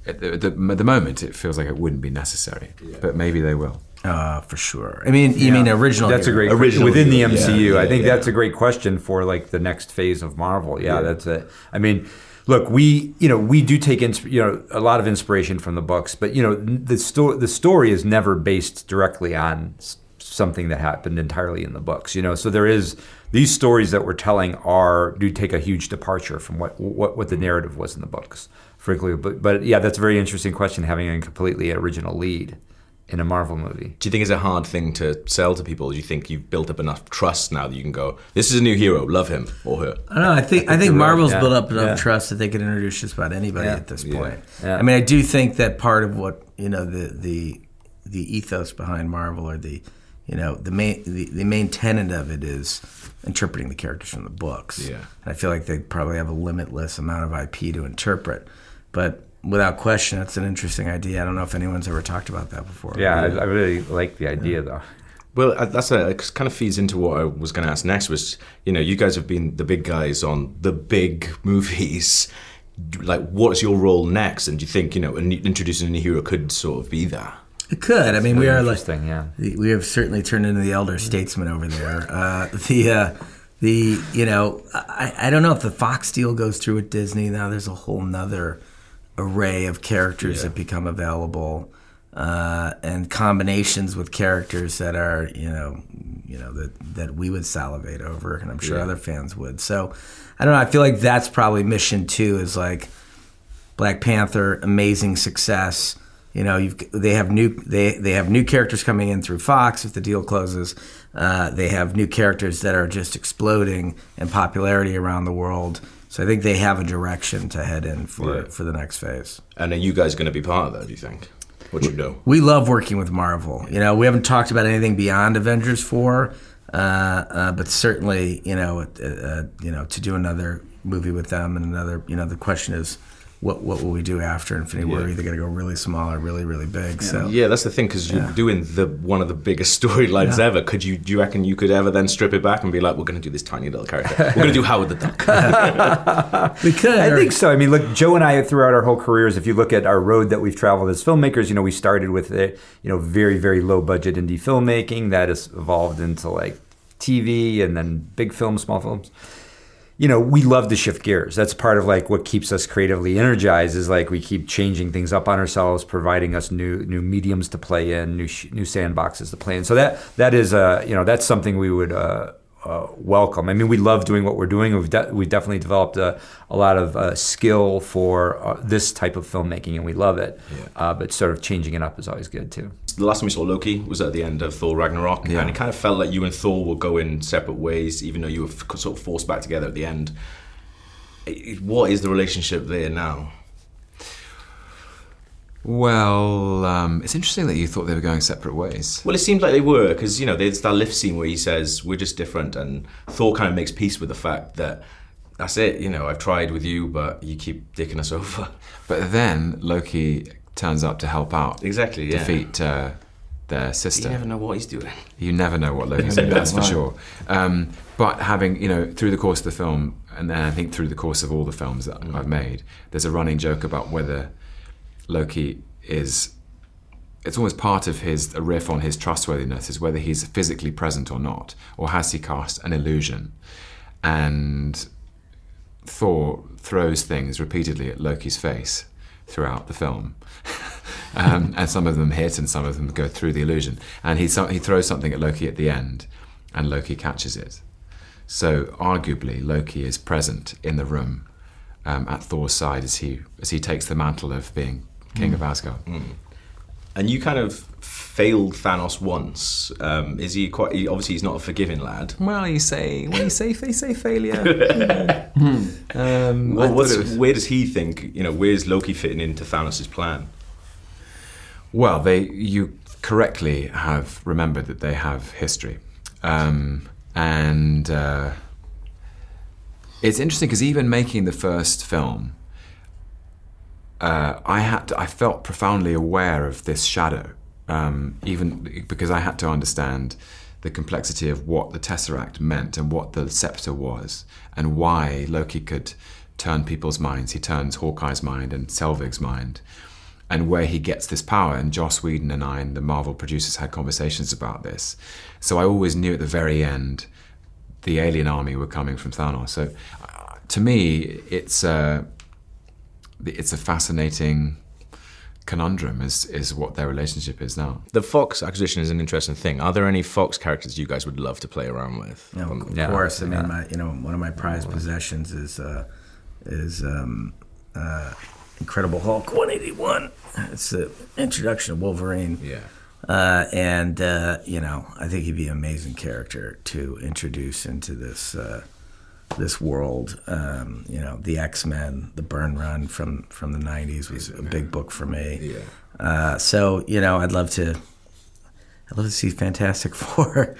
at the, the, at the moment it feels like it wouldn't be necessary, but maybe they will. Uh, for sure. I mean, you mean original? That's a hero. great Original within hero, the yeah, MCU. yeah, I think yeah. that's a great question for like the next phase of Marvel. Yeah, that's it. I mean, look, we you know we do take insp- you know a lot of inspiration from the books, but you know the story the story is never based directly on s- something that happened entirely in the books. You know, so there is these stories that we're telling are do take a huge departure from what what, what the narrative was in the books. Frankly, but, but yeah, that's a very interesting question. Having a completely original lead in a Marvel movie. Do you think it's a hard thing to sell to people? Do you think you've built up enough trust now that you can go, this is a new hero, love him or her? I don't know. I think I think, you're right, Marvel's yeah, built up enough yeah. trust that they could introduce just about anybody at this point. yeah. I mean, I do think that part of what you know the the the ethos behind Marvel or the you know the main the, the main tenet of it is interpreting the characters from the books. Yeah. and I feel like they probably have a limitless amount of IP to interpret, but without question, that's an interesting idea. I don't know if anyone's ever talked about that before. Yeah, I, I really like the idea though. Well, I- that's a, it kind of feeds into what I was going to ask next. Was you know, you guys have been the big guys on the big movies. Do- Like, what's your role next? And do you think you know, an, introducing a new hero could sort of be that? It could. I mean, we are like Interesting, yeah. we have certainly turned into the elder statesman over there. Uh, the uh, the you know I, I don't know if the Fox deal goes through with Disney now. There's a whole nother array of characters that become available uh, and combinations with characters that are you know you know that that we would salivate over, and I'm sure other fans would. So I don't know. I feel like that's probably mission two is like. Black Panther, amazing success. You know, you've, they have new they they have new characters coming in through Fox if the deal closes. Uh, they have new characters that are just exploding in popularity around the world. So I think they have a direction to head in for for the next phase. And are you guys going to be part of that? Do you think? What do you know? We love working with Marvel. You know, we haven't talked about anything beyond Avengers four, uh, uh, but certainly, you know, uh, uh, you know, to do another movie with them and another, you know, the question is, what what will we do after Infinity War? We're either going to go really small or really really big. So Yeah, that's the thing because you're doing the one of the biggest storylines ever. Could you? Do you reckon you could ever then strip it back and be like, we're going to do this tiny little character. We're going to do Howard the Duck. we could. I think so. I mean, look, Joe and I throughout our whole careers, if you look at our road that we've traveled as filmmakers, you know, we started with uh, you know very very low budget indie filmmaking that has evolved into like TV and then big films, small films. You know, we love to shift gears. That's part of like what keeps us creatively energized is like we keep changing things up on ourselves, providing us new new mediums to play in, new sh- new sandboxes to play in. So that that is uh, you know that's something we would. Uh, uh, welcome. I mean, we love doing what we're doing. We've, de- we've definitely developed a, a lot of uh, skill for uh, this type of filmmaking, and we love it. Uh, but sort of changing it up is always good too. the last time we saw Loki was at the end of Thor Ragnarok, and it kind of felt like you and Thor were going separate ways, even though you were f- sort of forced back together at the end. It- What is the relationship there now? Well, um, it's interesting that you thought they were going separate ways. Well, it seems like they were because you know there's that lift scene where he says we're just different, and Thor kind of makes peace with the fact that that's it. You know, I've tried with you, but you keep dicking us over. But then Loki turns up to help out, Exactly. Yeah. defeat uh, their sister. You never know what he's doing. You never know what Logan's going to do, that's for sure. Um, but having, you know, through the course of the film, and then I think through the course of all the films that I've made, there's a running joke about whether Loki is. It's almost part of his a riff on his trustworthiness is whether he's physically present or not, or has he cast an illusion? And Thor throws things repeatedly at Loki's face throughout the film. um, and some of them hit and some of them go through the illusion. And he, so- he throws something at Loki at the end, and Loki catches it. So, arguably, Loki is present in the room um, at Thor's side as he, as he takes the mantle of being king of Asgard. And you kind of failed Thanos once. Um, is he quite? He, obviously, he's not a forgiving lad. Well, you say, when you say, they say failure. um, I Well, thought what's, it was- where does he think? You know, where's Loki fitting into Thanos' plan? Well, they you correctly have remembered that they have history, um, and uh, it's interesting because even making the first film, uh, I had to, I felt profoundly aware of this shadow, um, even because I had to understand the complexity of what the tesseract meant and what the scepter was and why Loki could turn people's minds. He turns Hawkeye's mind and Selvig's mind and where he gets this power. And Joss Whedon and I and the Marvel producers had conversations about this. So I always knew at the very end the alien army were coming from Thanos. So uh, to me, it's a, it's a fascinating conundrum is is what their relationship is now. The Fox acquisition is an interesting thing. Are there any Fox characters you guys would love to play around with? No, Um, of yeah, course. I mean, yeah. my you know one of my prized possessions is uh, is um, uh, Incredible Hulk 181. It's the introduction of Wolverine. Yeah. Uh, and uh, you know, I think he'd be an amazing character to introduce into this uh, this world. Um, you know, the X Men, the Burn Run from from the '90s was a big book for me. Yeah. Uh, so you know, I'd love to. I'd love to see Fantastic Four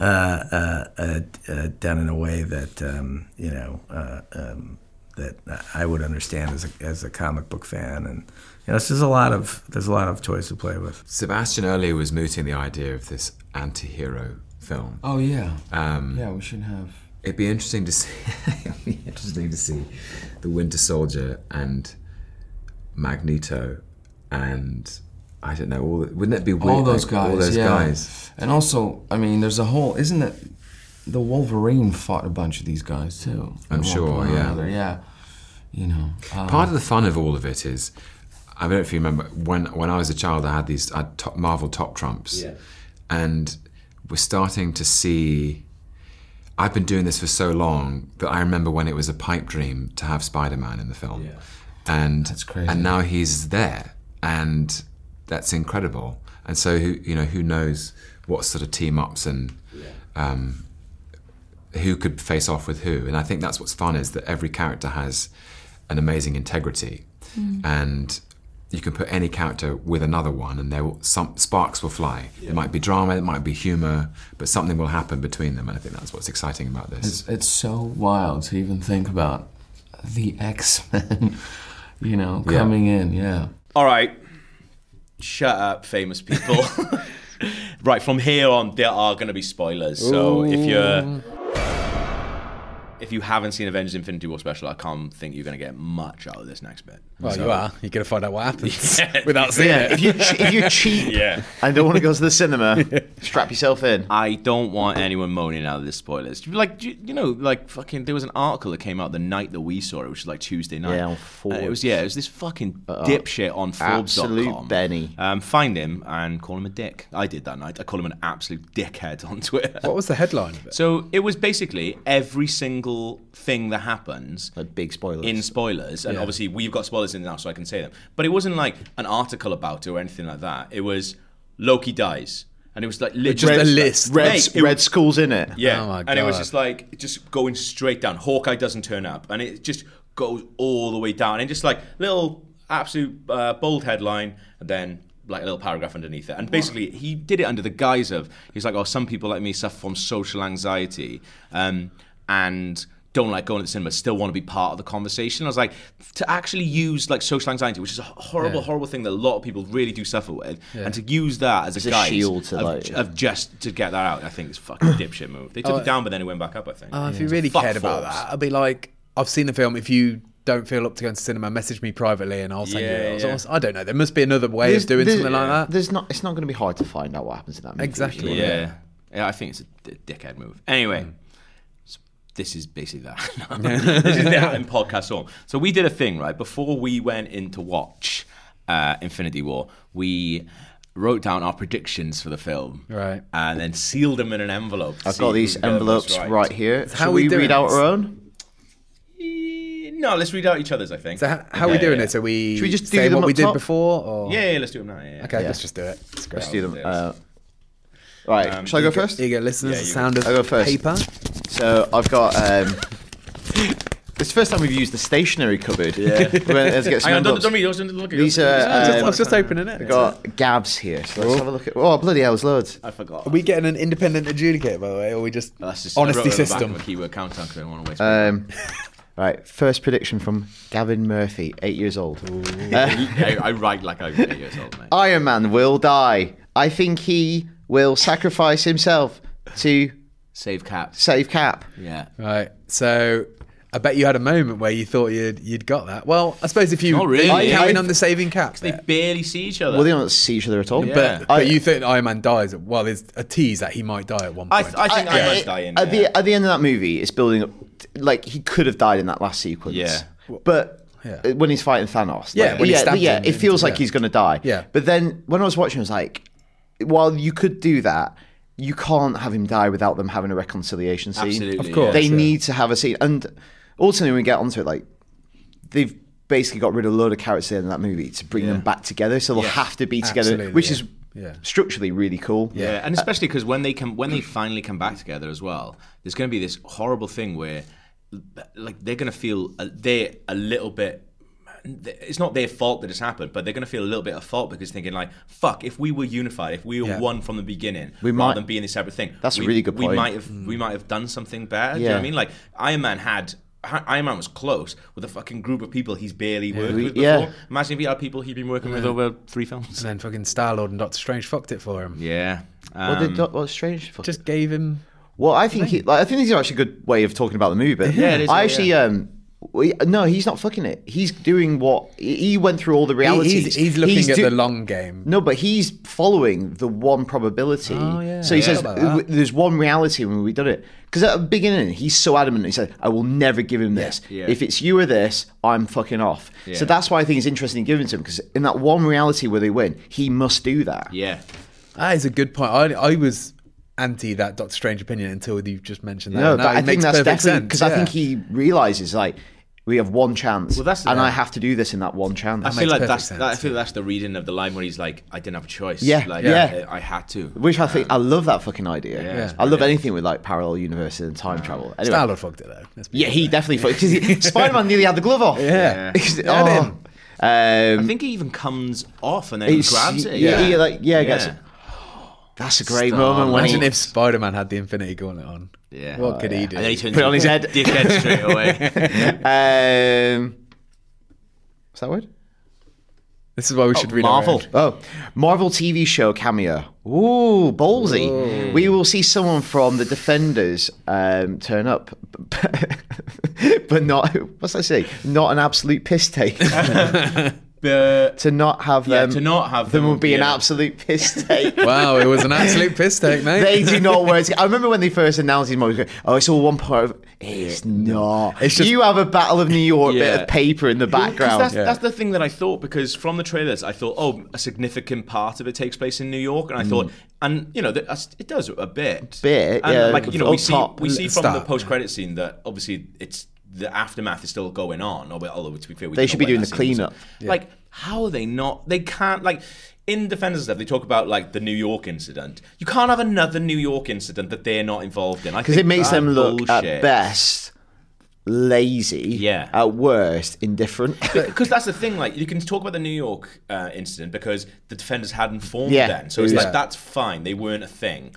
uh, uh, uh, uh, done in a way that um, you know uh, um, that I would understand as a, as a comic book fan, and you know, this is a lot of there's a lot of toys to play with. Sebastian earlier was mooting the idea of this anti-hero film. Oh yeah. Um, yeah, we should have. It'd be interesting to see. it'd be interesting to see the Winter Soldier and Magneto and I don't know. All the, wouldn't it be weird? all those like, guys. All those yeah. guys. And also, I mean, there's a whole. Isn't it? The Wolverine fought a bunch of these guys too. At I'm one sure, point or yeah. another, Yeah. You know. uh, Part of the fun of all of it is, I don't know if you remember when when I was a child, I had these I had top, Marvel top trumps, and we're starting to see. I've been doing this for so long that I remember when it was a pipe dream to have Spider-Man in the film, and That's crazy. And now he's there, and that's incredible. And so who you know who knows what sort of team ups and um, who could face off with who. And I think that's what's fun is that every character has an amazing integrity, and you can put any character with another one, and there will, some sparks will fly. It might be drama, it might be humor, but something will happen between them. And I think that's what's exciting about this. It's, it's so wild to even think about the X Men, you know, Yeah. coming in. Yeah. All right. Shut up, famous people. right, from here on, there are going to be spoilers. So if you're. If you haven't seen Avengers Infinity War special, I can't think you're going to get much out of this next bit. Well, Oh, you are. You're going to find out what happens without seeing Yeah, it. if you if you're cheap Yeah. and don't want to go to the cinema, strap yourself in. I don't want anyone moaning out of this spoilers. Like you, you know, like fucking. There was an article that came out the night that we saw it, which was like Tuesday night. Yeah, on uh, Uh, it was yeah, it was this fucking dipshit on Forbes.com. absolute Benny. Um, find him and call him a dick. I did that night. I call him an absolute dickhead on Twitter. What was the headline of it? So it was basically every single thing that happens Like big spoilers. in spoilers, and obviously we've got spoilers in now, so I can say them. But it wasn't like an article about it or anything like that. It was Loki dies, and it was like literally Just a list. Red, Mate, it Red was- School's in it. yeah, Oh my and it was God. just like just going straight down. Hawkeye doesn't turn up, and it just goes all the way down, and just like little absolute uh, bold headline, and then like a little paragraph underneath it. And basically, he did it under the guise of he's like, oh, some people like me suffer from social anxiety, um, and don't like going to the cinema, still want to be part of the conversation. I was like, to actually use like social anxiety, which is a horrible, horrible thing that a lot of people really do suffer with, and to use that as a, a guise shield to, of, like, yeah. of just to get that out, I think it's fucking dipshit move. They took it down, but then it went back up. I think. Oh, if you really Fuck cared about Forbes. that, I'd be like, I've seen the film. If you don't feel up to going to cinema, message me privately and I'll send Yeah, you it. yeah. I don't know. There must be another way of doing there's- something like that. There's not. It's not going to be hard to find out what happens in that movie. Exactly. yeah. yeah, I think it's a d- dickhead move. Anyway, Mm. s- this is basically that. this is that in podcast form. So we did a thing right before we went in to watch uh, Infinity War. We wrote down our predictions for the film, Right. and then sealed them in an envelope. to I've see got who these the other was envelopes right. here. Shall how we we, doing read out this? our own? Eh, No, let's read out each other's. I think. So how, how are we Yeah, doing yeah. this? Are we, Should we just do saying them what up we did top? before? Or? Yeah, yeah, let's do them now. yeah, yeah. Okay, Yeah. let's just do it. It's great. Let's do them. Yes. Um, Uh, right. shall I go first? Here you go, listeners. Yeah, the you sound of I'll go first. paper. So I've got. Um, it's the first time we've used the stationery cupboard. Yeah. Let's get some Hang on, don't, envelopes. don't read. those, Don't look at These those. are. I was Uh, just- I was just opening it. We've got Gabs here, so let's have a look at. Oh, bloody hell, there's loads. I forgot. Are we getting an independent adjudicator, by the way, or are we just, That's just I honesty wrote it on The system? back of a keyword countdown 'cause I don't want to waste. Um, right, first prediction from Gavin Murphy, eight years old. Uh, I, I write like I'm eight years old, mate. Iron Man will die. I think he will sacrifice himself to Save caps. save Cap. Yeah. Right. So I bet you had a moment where you thought you'd you'd got that. Well, I suppose if you Not really. are you I- carrying I- on the saving cap, They bit, barely see each other. Well, they don't see each other at all. Yeah. but I- you think Iron Man dies. Well, there's a tease that he might die at one I, point. th- I think I, I- must die in. at yeah. the at the end of that movie, it's building up. Like he could have died in that last sequence. Yeah. but Yeah. when he's fighting Thanos. Yeah, Like, when he yeah, stabbed yeah. him It in- feels like yeah. he's going to die. Yeah. But then when I was watching, I was like, while you could do that, you can't have him die without them having a reconciliation scene. Absolutely, Of course, They yeah. need to have a scene. And ultimately, when we get onto it, like, they've basically got rid of a load of characters in that movie to bring them back together. So they'll have to be together, Absolutely, which yeah. is Yeah. structurally really cool. Yeah, Uh, and especially because when they come, when they finally come back together as well, there's going to be this horrible thing where, like, they're going to feel uh, they a little bit. It's not their fault that it's happened, but they're going to feel a little bit of fault because thinking like, "Fuck! If we were unified, if we were Yeah. one from the beginning, We rather might- than being this separate thing, That's a we, really good We point. might have we might have done something better. Do you know Yeah. what I mean? Like Iron Man had. Hi- Iron Man was close with a fucking group of people he's barely worked with before. Yeah. Imagine if he had people he'd been working with over three films. And then fucking Star Lord and Doctor Strange fucked it for him. Yeah. What Um, did Doc- what's strange? Fuck. Just gave him. Well, I think he, like, I think this is actually a good way of talking about the movie. But Yeah, it is, I yeah, actually, yeah. um, we, no, he's not fucking it. He's doing what he he went through all the he- realities. He's, he's looking at do- the long game. No, but he's following the one probability. Oh, yeah. So he Yeah. says About that. there's one reality when we've done it. Because at the beginning, he's so adamant. He said, I will never give him this. Yeah. If it's you or this, I'm fucking off. Yeah. So that's why I think it's interesting giving it to him. Because in that one reality where they win, he must do that. yeah. That is a good point. I, I was anti that Doctor Strange opinion until you just mentioned that. No, And but that I think makes that's perfect definitely sense, because I yeah. think he realizes like we have one chance, Well, that's the- and I have to do this in that one chance. I feel like perfect that's sense, that, I feel that's the reading of the line where he's like, I didn't have a choice. Yeah, like, yeah. I, I had to. which I think I love that fucking idea. Yeah. I love anything with like parallel universes and time travel. Anyway, Star Lord fucked it though. Let's be yeah, he definitely because Spider Man nearly had the glove off. Yeah. oh. Had um, him. I think he even comes off and then it's- grabs it. Yeah, he, like yeah, gets Yeah. it. That's a great Star moment. When Lord. Imagine he, if Spider Man had the Infinity Gauntlet on. Yeah. What could he do? and then he turns Put it on his head. dickhead straight away. Oh, um, what's that word? this is why we should read our Marvel. own. Oh, Marvel TV show cameo. Ooh, ballsy. We will see someone from the Defenders um, turn up, but not. What's I say? Not an absolute piss take. But to not have Yeah, them. to not have them them would be an yeah. absolute piss take. Wow, it was an absolute piss take, mate. They do not work. together. I remember when they first announced these movies. Oh, it's all one part of. It's not. It's just- you have a Battle of New York bit Yeah. of paper in the 'Cause That's, background. that's the thing that I thought because from the trailers, I thought, oh, a significant part of it takes place in New York, and I thought, and you know, that- that's- it does a bit, Mm. Bit, and, yeah, Like you know, up we see top, we see from the start. post credit scene that obviously it's the aftermath is still going on. Although, although to be fair, we They don't know should be when doing that the scene was. cleanup. Like, how are they not? They can't like. In Defenders and stuff, they talk about like the New York incident. You can't have another New York incident that they're not involved in. Because it makes them look bullshit. at best lazy, Yeah. at worst indifferent. because that's the thing. Like you can talk about the New York uh, incident because the defenders hadn't formed Yeah. then, so it's Yeah. like that's fine. They weren't a thing.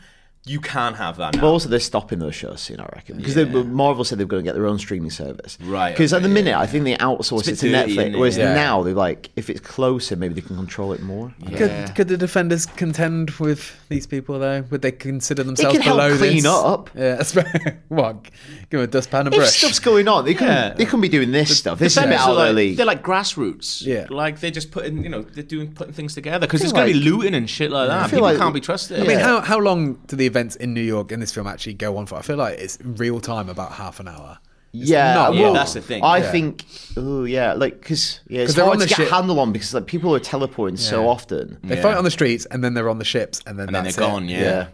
You can't have that But now. also, they're stopping those shows soon, I reckon, because they Marvel said they're going to get their own streaming service. Right, Because at okay, the minute, yeah, I think they outsource it It's to a bit dirty, Netflix. isn't it? Whereas Yeah. now they're like, if it's closer, maybe they can control it more. Could, could the defenders contend with these people though? Would they consider themselves can help below clean this? up. Yeah, that's right. what? Give them a dustpan and If brush. stuff's going on, they couldn't. Yeah. They couldn't be doing this stuff. This is a bit Defenders are out of their like, league. They're like grassroots. Yeah. like they're just putting, you know, they're doing putting things together because feel there's gonna be like- looting and shit like that. feel People like- can't be trusted. I mean, Yeah. how, how long do the events in New York in this film actually go on for? I feel like it's in real time, about half an hour. yeah, not Yeah, wrong. that's the thing, I yeah. think, oh yeah, like because yeah, it's 'Cause they're hard on to the get shit- a handle on because like people are teleporting so Yeah. often. They Yeah. fight on the streets and then they're on the ships and then and then they're that's it. gone. Yeah,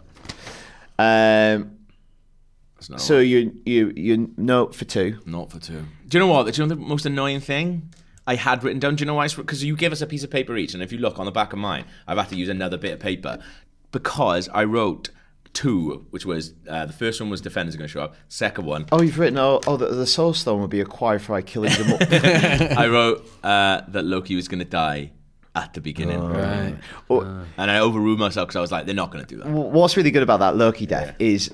Yeah. Um. That's not So you you you note for two. Not for two. Do you know what? Do you know the most annoying thing I had written down? Do you know why? Because you give us a piece of paper each, and if you look on the back of mine, I've had to use another bit of paper because I wrote two, which was uh, the first one was defenders are going to show up. Second one, Oh, you've written. Oh, oh the, the Soul Stone will be acquired by killing them all. I wrote uh, that Loki was going to die at the beginning, Well, and I overruled myself because I was like, they're not going to do that. What's really good about that Loki death is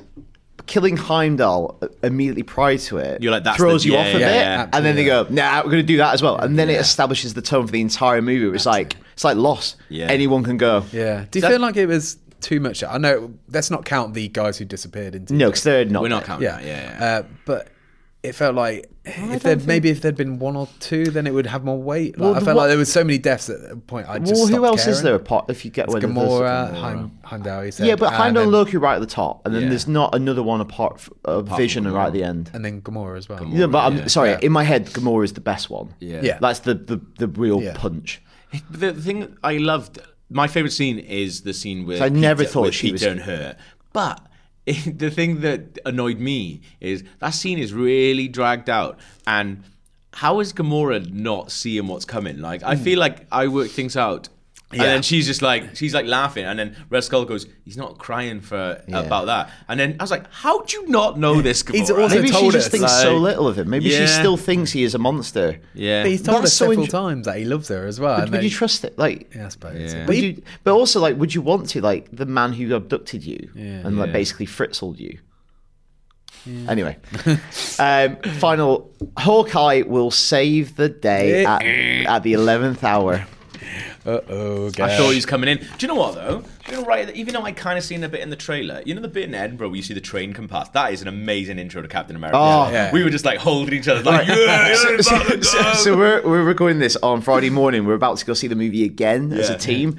killing Heimdall uh, immediately prior to it. You're like, that's throws the- you yeah, off yeah, a yeah, bit, yeah. and then they go, "Nah, we're going to do that as well," and then it establishes the tone for the entire movie. It was like it's like Lost. Yeah. Anyone can go. Yeah. Do you That- feel like it was too much? I know. Let's not count the guys who disappeared into. No, because they're not. We're not there. counting Yeah. that. Yeah, yeah. Uh, but it felt like if there maybe if there'd been one or two, then it would have more weight. Like, Well, I felt what- like there was so many deaths at the point. I just well, who stopped else is caring. there apart if you get It's away with Gamora, Heim, Heimdall. You said, Yeah, but and Heimdall and then- Loki are right at the top, and then Yeah. there's not another one apart f- uh, Vision right at the end. and then Gamora as well. Yeah, but I'm sorry. Yeah. In my head, Gamora is the best one. Yeah. that's the the, the real Yeah. punch. But the thing I loved, my favorite scene is the scene with So I never Peter, thought with she Peter was- and her. But the thing that annoyed me is that scene is really dragged out and. How is Gamora not seeing what's coming? Like, Hmm. I feel like I work things out, and then she's just like, she's like laughing, and then Red Skull goes, "He's not crying for about that." And then I was like, "How do you not know this, Gamora?" He's also- Maybe she told just us, thinks like- so little of him. Maybe she Yeah. still thinks he is a monster. yeah, But he's told That's us so several inter- times that he loves her as well. Would, and would then- you trust it? Like, Yeah, I suppose. Yeah. But would he- you? But also, like, would you want to? Like, the man who abducted you and like basically fritzled you. Anyway, um, final Hawkeye will save the day Eh. at, at the eleventh hour. oh, I thought he was coming in. Do you know what though? Do you know right? Even though I kind of seen a bit in the trailer, you know the bit in Edinburgh where you see the train come past. That is an amazing intro to Captain America. Oh. Yeah. We were just like holding each other, like yeah, so, yeah, so- about so- to so go." we're, we're recording this on Friday morning. We're about to go see the movie again as a team.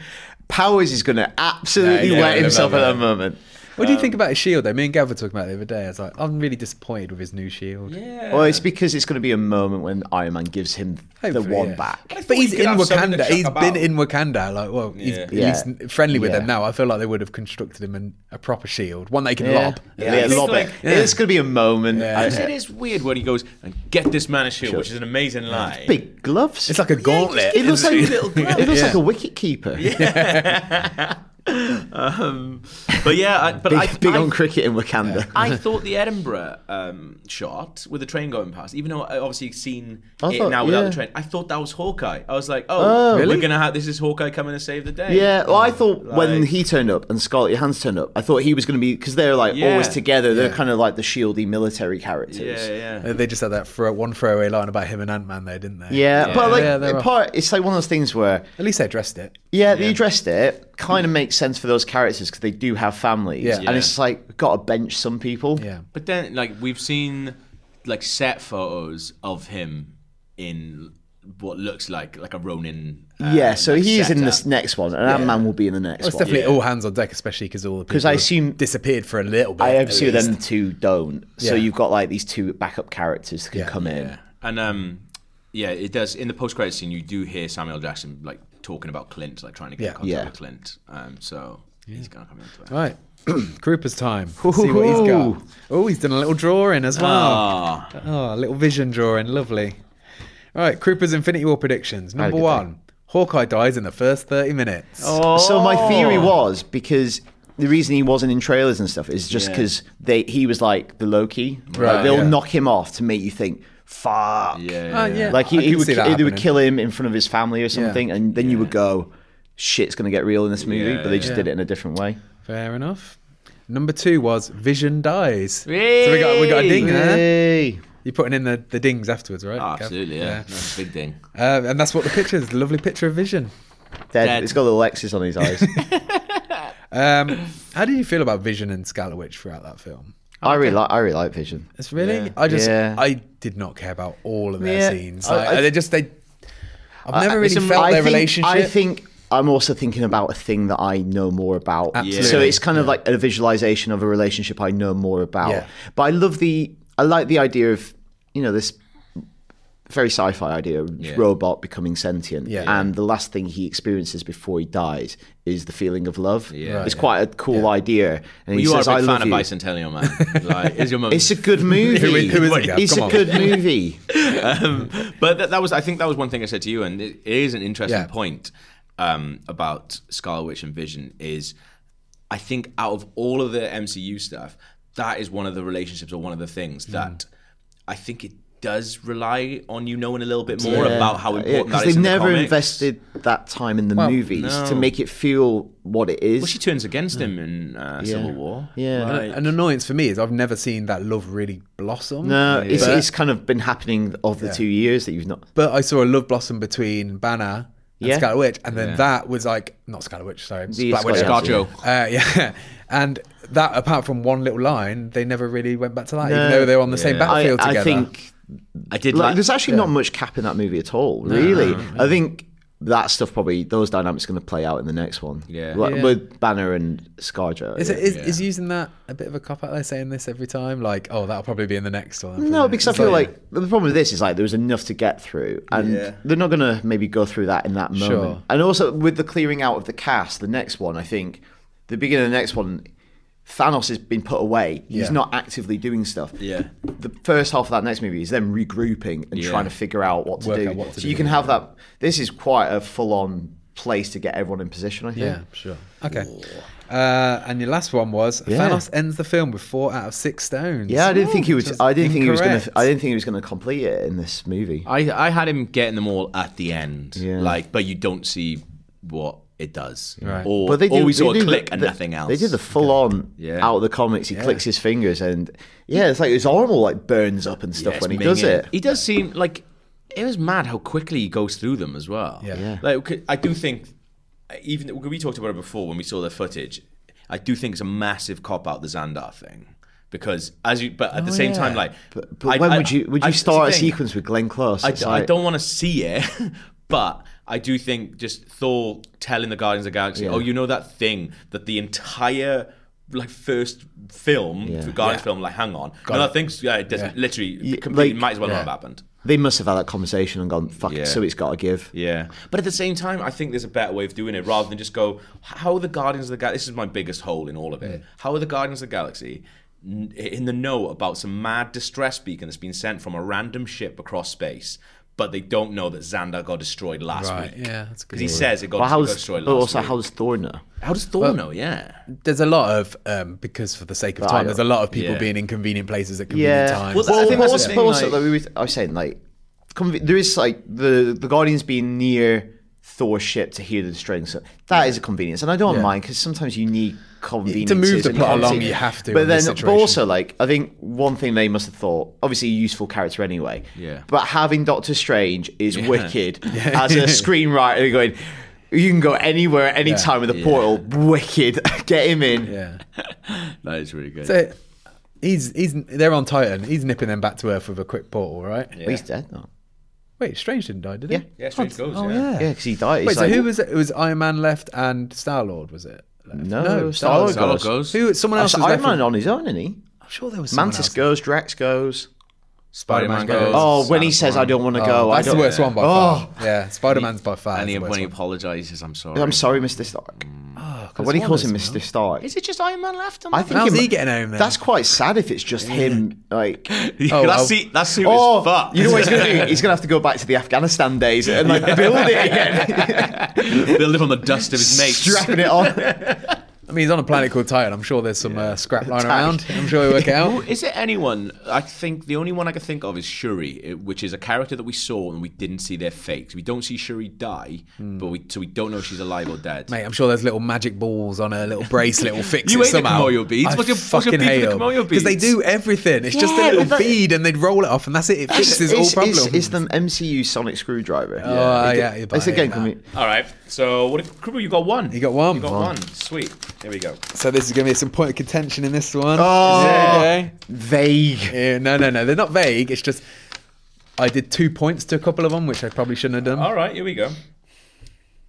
Powers is going to absolutely Yeah, yeah, wet yeah, himself yeah, at yeah. that moment. What um, do you think about his shield though? Me and Gav were talking about it the other day. I was like, I'm really disappointed with his new shield. Yeah. Well, it's because it's going to be a moment when Iron Man gives him the Hopefully, one yeah. back. I thought But he's he could in have something Wakanda. to He's chuck been about. in Wakanda. Like, well, he's Yeah. at Yeah. least friendly with Yeah. them now. I feel like they would have constructed him in a proper shield, one they can Yeah, lob. yeah, I think lob like- it. It's going to be a moment. Because it is weird when he goes and get this man a shield, which is an amazing line. Big gloves. It's like a gauntlet. It looks like isn't it looks like a wicket keeper. But yeah, I, but Big, I, big I, on cricket in Wakanda. I thought the Edinburgh um, shot with the train going past, even though I obviously seen I it thought- now without yeah. the train, I thought that was Hawkeye. I was like, oh, Really? we're gonna have this is Hawkeye coming to save the day. Yeah, well, I thought when Like- he turned up and Scarlett Johansson turned up, I thought he was going to be because they're like Yeah. always together. They're kind of like the shieldy military characters. yeah, yeah. Uh, They just had that throw, one throwaway line about him and Ant Man, though, didn't they? Yeah, but like Yeah, they're in off. part, it's like one of those things where At least they addressed it. yeah, they addressed it. Kind of makes sense for those characters because they do have families, Yeah. and it's like we've got to bench some people. Yeah. But then, like, we've seen like set photos of him in what looks like like a Ronin. uh, yeah. So like, he is in setup. this next one, and Ant Man will be in the next Well, it's one. definitely all hands on deck, especially because all the people 'Cause I have assume- disappeared for a little bit. I at assume least. them two don't. So Yeah. you've got like these two backup characters that can come in. and um, yeah, it does. In the post credit scene, you do hear Samuel Jackson like talking about Clint, like trying to get in contact Yeah. Oh. with Clint. Um, so he's gonna come into it. Right. Krupa's time. See what he's got. Oh, he's done a little drawing as well. Ah, Oh, a little vision drawing. Lovely. All right, Krupa's Infinity War predictions. Number good Oh. one Hawkeye dies in the first 30 minutes. So Oh. my theory was because the reason he wasn't in trailers and stuff is just because they he was like the Loki. Like, Right, they'll yeah. knock him off to make you think, fuck. yeah, yeah. Uh, yeah. Like I he, he can would, see ki- that they would happening. kill him in front of his family or something, and then you would go, shit's gonna get real in this movie. but they just did it in a different way. Fair enough. Number two was Vision dies. So we got, we got a ding there. Yay. You're putting in the, the dings afterwards, right? Oh, Gav? Ah, absolutely, yeah. That's a big thing. Um, and that's what the picture is. Lovely picture of Vision. Dead. Dead. It's got little X's on his eyes. Um, how did you feel about Vision and Scarlet Witch throughout that film? I really like I really like Vision. It's really. I just. Yeah. I did not care about all of their Yeah. scenes. I- Like, I- they just. They. I've never really Listen, felt I their think, relationship. I think I'm also thinking about a thing that I know more about. Absolutely. So it's kind of like a visualization of a relationship I know more about. Yeah. But I love the I like the idea of, you know, this very sci-fi idea of robot becoming sentient Yeah. and the last thing he experiences before he dies is the feeling of love Yeah. it's quite a cool idea and he you says are a i big love fan of you Bicentennial Man. like, is your mum? it's a good movie Who is- who is it, Gav? it's Come a on. good movie but that, that was I think that was one thing I said to you, and it, it is an interesting Yeah. point um, about Scarlet Witch and Vision is I think out of all of the MCU stuff, that is one of the relationships or one of the things Hmm. that I think it does rely on you knowing a little bit more about how Yeah, important that because is. they in the never comics. invested that time in the movies to make it feel what it is. Well, she turns against him in uh, Civil War. Hmm. yeah. Right. An annoyance for me is I've never seen that love really blossom. no, it's, But- it's kind of been happening of the two years that you've not. But I saw a love blossom between Banner and Yeah. Scarlet Witch, and then that was like not Scarlet Witch, sorry, The Black Witch. Scarlet Scar Joe. Uh, yeah, and that apart from one little line, they never really went back to that, even No. though they were on the same Yeah. I, battlefield together. I think I did like, like. there's actually not much cap in that movie at all. Really, I think that stuff probably those dynamics are going to play out in the next one. Yeah. Like, Yeah. with Banner and Scarjo. Is, yeah. it, is, is using that a bit of a cop out? They're saying this every time, like, "Oh, that'll probably be in the next one." No, because I It's feel like the problem with this is like there was enough to get through, and they're not going to maybe go through that in that moment. Sure. And also with the clearing out of the cast, the next one, I think, the beginning of the next one, Thanos has been put away. Yeah. He's not actively doing stuff. Yeah. The first half of that next movie is them regrouping and Yeah. trying to figure out what to Work do. out what to so do, you can yeah. have that. This is quite a full-on place to get everyone in position. I think. yeah, sure, okay. Uh, and your last one was Yeah. Thanos ends the film with four out of six stones. Yeah, I didn't think he Which was. is I didn't think he was going incorrect. to. I didn't think he was going to complete it in this movie. I I had him getting them all at the end. Yeah. Like, but you don't see what it does. Right. Or, But they do, or we they saw a do the- click and the- nothing else. They did the full on Yeah. out of the comics. He clicks his fingers and yeah, it's like his arm all like burns up and stuff Yeah, when he it's does minging. it. He does seem like it was mad how quickly he goes through them as well. Yeah. Yeah. Like I do think even we talked about it before when we saw the footage. I do think it's a massive cop out the Xandar thing because as you but at Oh, the same time like But, but when would you would you I- start a it's the thing. sequence with Glenn Close? I, It's I like- don't want to see it, but I do think just Thor telling the Guardians of the Galaxy, "Oh, you know that thing that the entire like first film, Yeah. Guardians film, like hang on, no, that thing's yeah, it doesn't Yeah. literally completely like- might as well not have happened." They must have had that conversation and gone, "Fuck Yeah. it." So it's got to give. Yeah, but at the same time, I think there's a better way of doing it rather than just go. How are the Guardians of the Galaxy? This is my biggest hole in all of it. How are the Guardians of the Galaxy n- in the know about some mad distress beacon that's been sent from a random ship across space? But they don't know that Xandar got destroyed last Right, week. yeah, that's a good Because he point. says it got, But it got how's destroyed but last also week. how's Thor know? How does Thor know? Yeah. There's a lot of um, because for the sake of time, there's a lot of people yeah. being in convenient places at convenient Yeah. times. Well, Well, I I think that's think the also, thing, but also, like- like we were- I was saying, like, conv- there is like the the Guardians being near Thor's ship to hear the destroying stuff. That is a convenience, and I don't mind because sometimes you need convenience the plot along, you have to But in this then, but situation. also, like, I think one thing they must have thought, obviously, a useful character anyway. Yeah. But having Doctor Strange is wicked as a screenwriter going. You can go anywhere, anytime with a portal. Wicked, get him in. yeah. That is really good. So he's he's they're on Titan. He's nipping them back to Earth with a quick portal, right? But he's dead though. Wait, Strange didn't die, did he? Yeah. yeah, Strange goes. Oh yeah. yeah. Yeah, because he died. Wait, He's so like, who was it? It was Iron Man left and Star Lord, was it? Left? No, Star-Lord Star-Lord Star-Lord goes. goes. Who? Someone else Actually, was Oh, Iron left. Man with- on his own, isn't he? I'm sure there was someone Mantis else. goes, Drax goes. Spider-Man goes. goes. Oh, when he says, "I don't want to go," I Oh, That's the don't. Oh, worst one by far. Yeah, Spider Man's by far. And is he, the worst when he one. apologizes, I'm sorry. I'm sorry, Mr. Stark. Because when he one calls him is- Mr. Stark, Is it just Iron Man left? I think How's it- he getting home then? That's quite sad if it's just him. Like, oh, I'll- that's see, that's who is oh, fucked. you know what he's gonna do? He's gonna have to go back to the Afghanistan days and like build it again, They live on the dust of his mates. strapping it on. I mean, he's on a planet called Titan. I'm sure there's some uh, scrap lying around. I'm sure he'll work it Who- out. Is it anyone? I think the only one I can think of is Shuri, eh, which is a character that we saw and we didn't see their fate. We don't see Shuri die, but we so we don't know if she's alive or dead. Hmm. Mate, I'm sure there's little magic balls on a little bracelet will fix You it hate the somehow. Kamoyo beads. What's your- what's your beef with the Kamoyo Because they beads? do everything. It's just a Yeah, little but that- bead and they'd roll it off and that's it. It fixes all problems. It's, it's the MCU sonic screwdriver. Oh, yeah, you're it's buying again. that. coming- All right. So what? If, Krubu, you got one. You got one. You got One. one. Sweet. Here we go. So this is going to be some point of contention in this one. Oh. Okay. Vague. Yeah, no, no, no. They're not vague. It's just I did two points to a couple of them, which I probably shouldn't have done. All right. Here we go.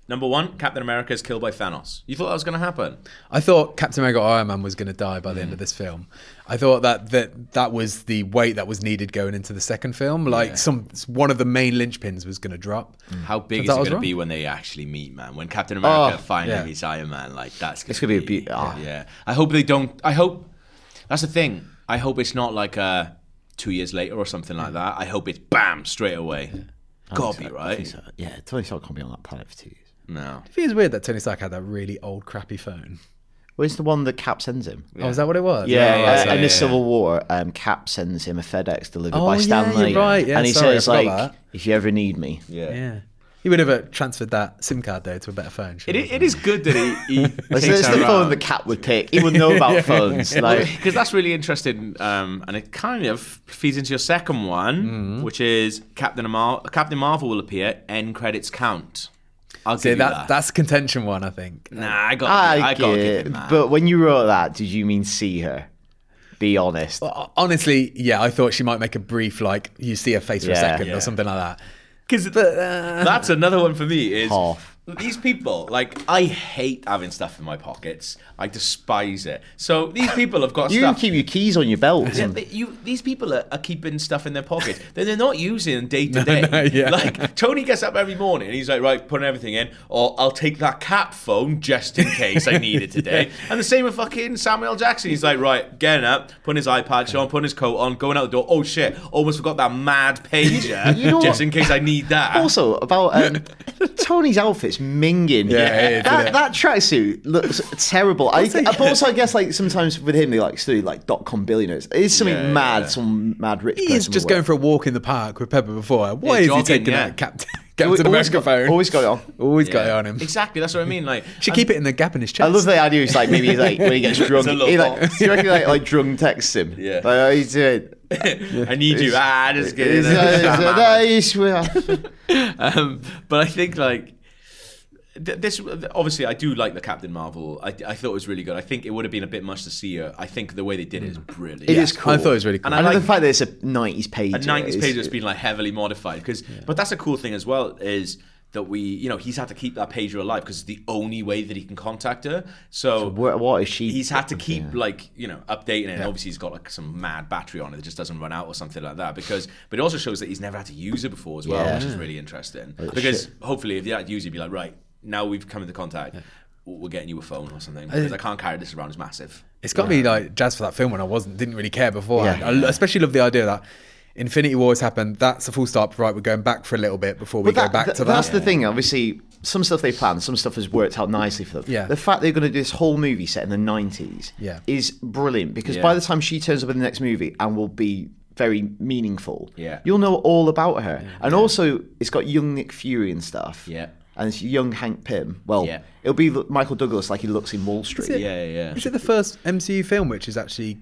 Number one, Captain America is killed by Thanos. You thought that was going to happen? I thought Captain America Iron Man was going to die by the end of this film. I thought that that that was the weight that was needed going into the second film. Like some one of the main linchpins was going to drop. How big Turns out I is was it going wrong. to be when they actually meet, man? When Captain America Oh, finally yeah. meets Iron Man, like that's gonna It's gonna be a beau- ah. Yeah, I hope they don't. I hope that's the thing. I hope it's not like uh, two years later or something like that. I hope it's bam straight away. Gotta be right. Yeah, Tony Stark can't be on that planet for two years. No, It feels weird that Tony Stark had that really old crappy phone. Where's the one that Cap sends him? Oh, is that what it was? Yeah, Yeah, uh, yeah, yeah, in yeah. the Civil War, um, Cap sends him a FedEx delivered Oh, by yeah, Stanley, you're right. Yeah, and he sorry, I says forgot like, that. "If you ever need me, yeah. Yeah. He would have uh, transferred that SIM card though to a better phone. It, surely. i- it is good that he, he That's, takes that's her the phone around. that Cap would pick. He would know about phones. Like, because that's really interesting, um, and it kind of feeds into your second Mm-hmm. one, which is Captain Mar- Captain Marvel will appear. End credits count. I'll See, give you that, that. Mm. that's a contention one, I think. Nah, I got. I, I, got get to give it. him that. But when you wrote that, did you mean see her? Be honest. Well, honestly, yeah, I thought she might make a brief like you see her face for a Yeah. second Yeah. or something like that. Because that's another one for me is Half. these people. Like I hate having stuff in my pockets. I despise it. So these people have got You stuff. keep your keys on your belt. Yeah, they- you, these people are, are keeping stuff in their pockets that they're not using day to no, day. yeah. Like Tony gets up every morning and he's like, right, putting everything in, or I'll take that cat phone just in case I need it today. And the same with fucking Samuel Jackson. He's like, right, getting up, putting his iPad on, putting his coat on, going out the door. Oh shit, almost forgot that mad pager You know just what? in case I need that. Also, about um, Tony's outfits minging. Yeah, it did that, it. that tracksuit looks terrible. I, say- but also, I guess like sometimes with him, they like study like dot com billionaires. It's something Yeah, mad, yeah. some mad rich. He is person just will wear. going for a walk in the park with Pepper before. Why is jogging, he taking yeah. that Captain, Always- Captain always America got- phone? always got it on. Always Yeah. got it on him. Exactly, that's what I mean. Like, Should I'm- keep it in the gap in his chest. I love the idea. It's like maybe he's like when he gets It's drunk, a he little like, do you reckon like, like drunk texts him? Yeah. Like, oh, he's doing. I need you. Ah, just get He's, uh, he's, uh, he's- um, but I think like th- this. Obviously, I do like the Captain Marvel. I, I thought it was really good. I think it would have been a bit much to see her. I think the way they did it is brilliant. It is cool. I thought it was really cool. And I I know the like- fact that it's a '90s page. a nineties page that's been like heavily modified because. But that's a cool thing as well is. That we, you know, he's had to keep that pager alive because it's the only way that he can contact her. So, What, what is she? he's had to keep like you know updating it. And obviously, he's got like some mad battery on it that just doesn't run out or something like that. Because, but it also shows that he's never had to use it before as well, which is really interesting. because hopefully, if he had to use it, he'd be like, right now we've come into contact. We're getting you a phone or something because I, can't carry this around. It's massive. It's got me like jazz for that film when I wasn't didn't really care beforehand. Yeah. I l- especially love the idea that Infinity War has happened. That's a full stop. Right, we're going back for a little bit before we But go that- back th- to that. that's the thing. Obviously, some stuff they planned, some stuff has worked out nicely for them. Yeah. The fact they're going to do this whole movie set in the nineties Yeah. is brilliant because Yeah. by the time she turns up in the next movie and will be very meaningful, Yeah. you'll know all about her. And also, it's got young Nick Fury and stuff. Yeah. And it's young Hank Pym. Well, Yeah. it'll be l- Michael Douglas like he looks in Wall Street. it? Yeah, yeah. Is it the first MCU film which has actually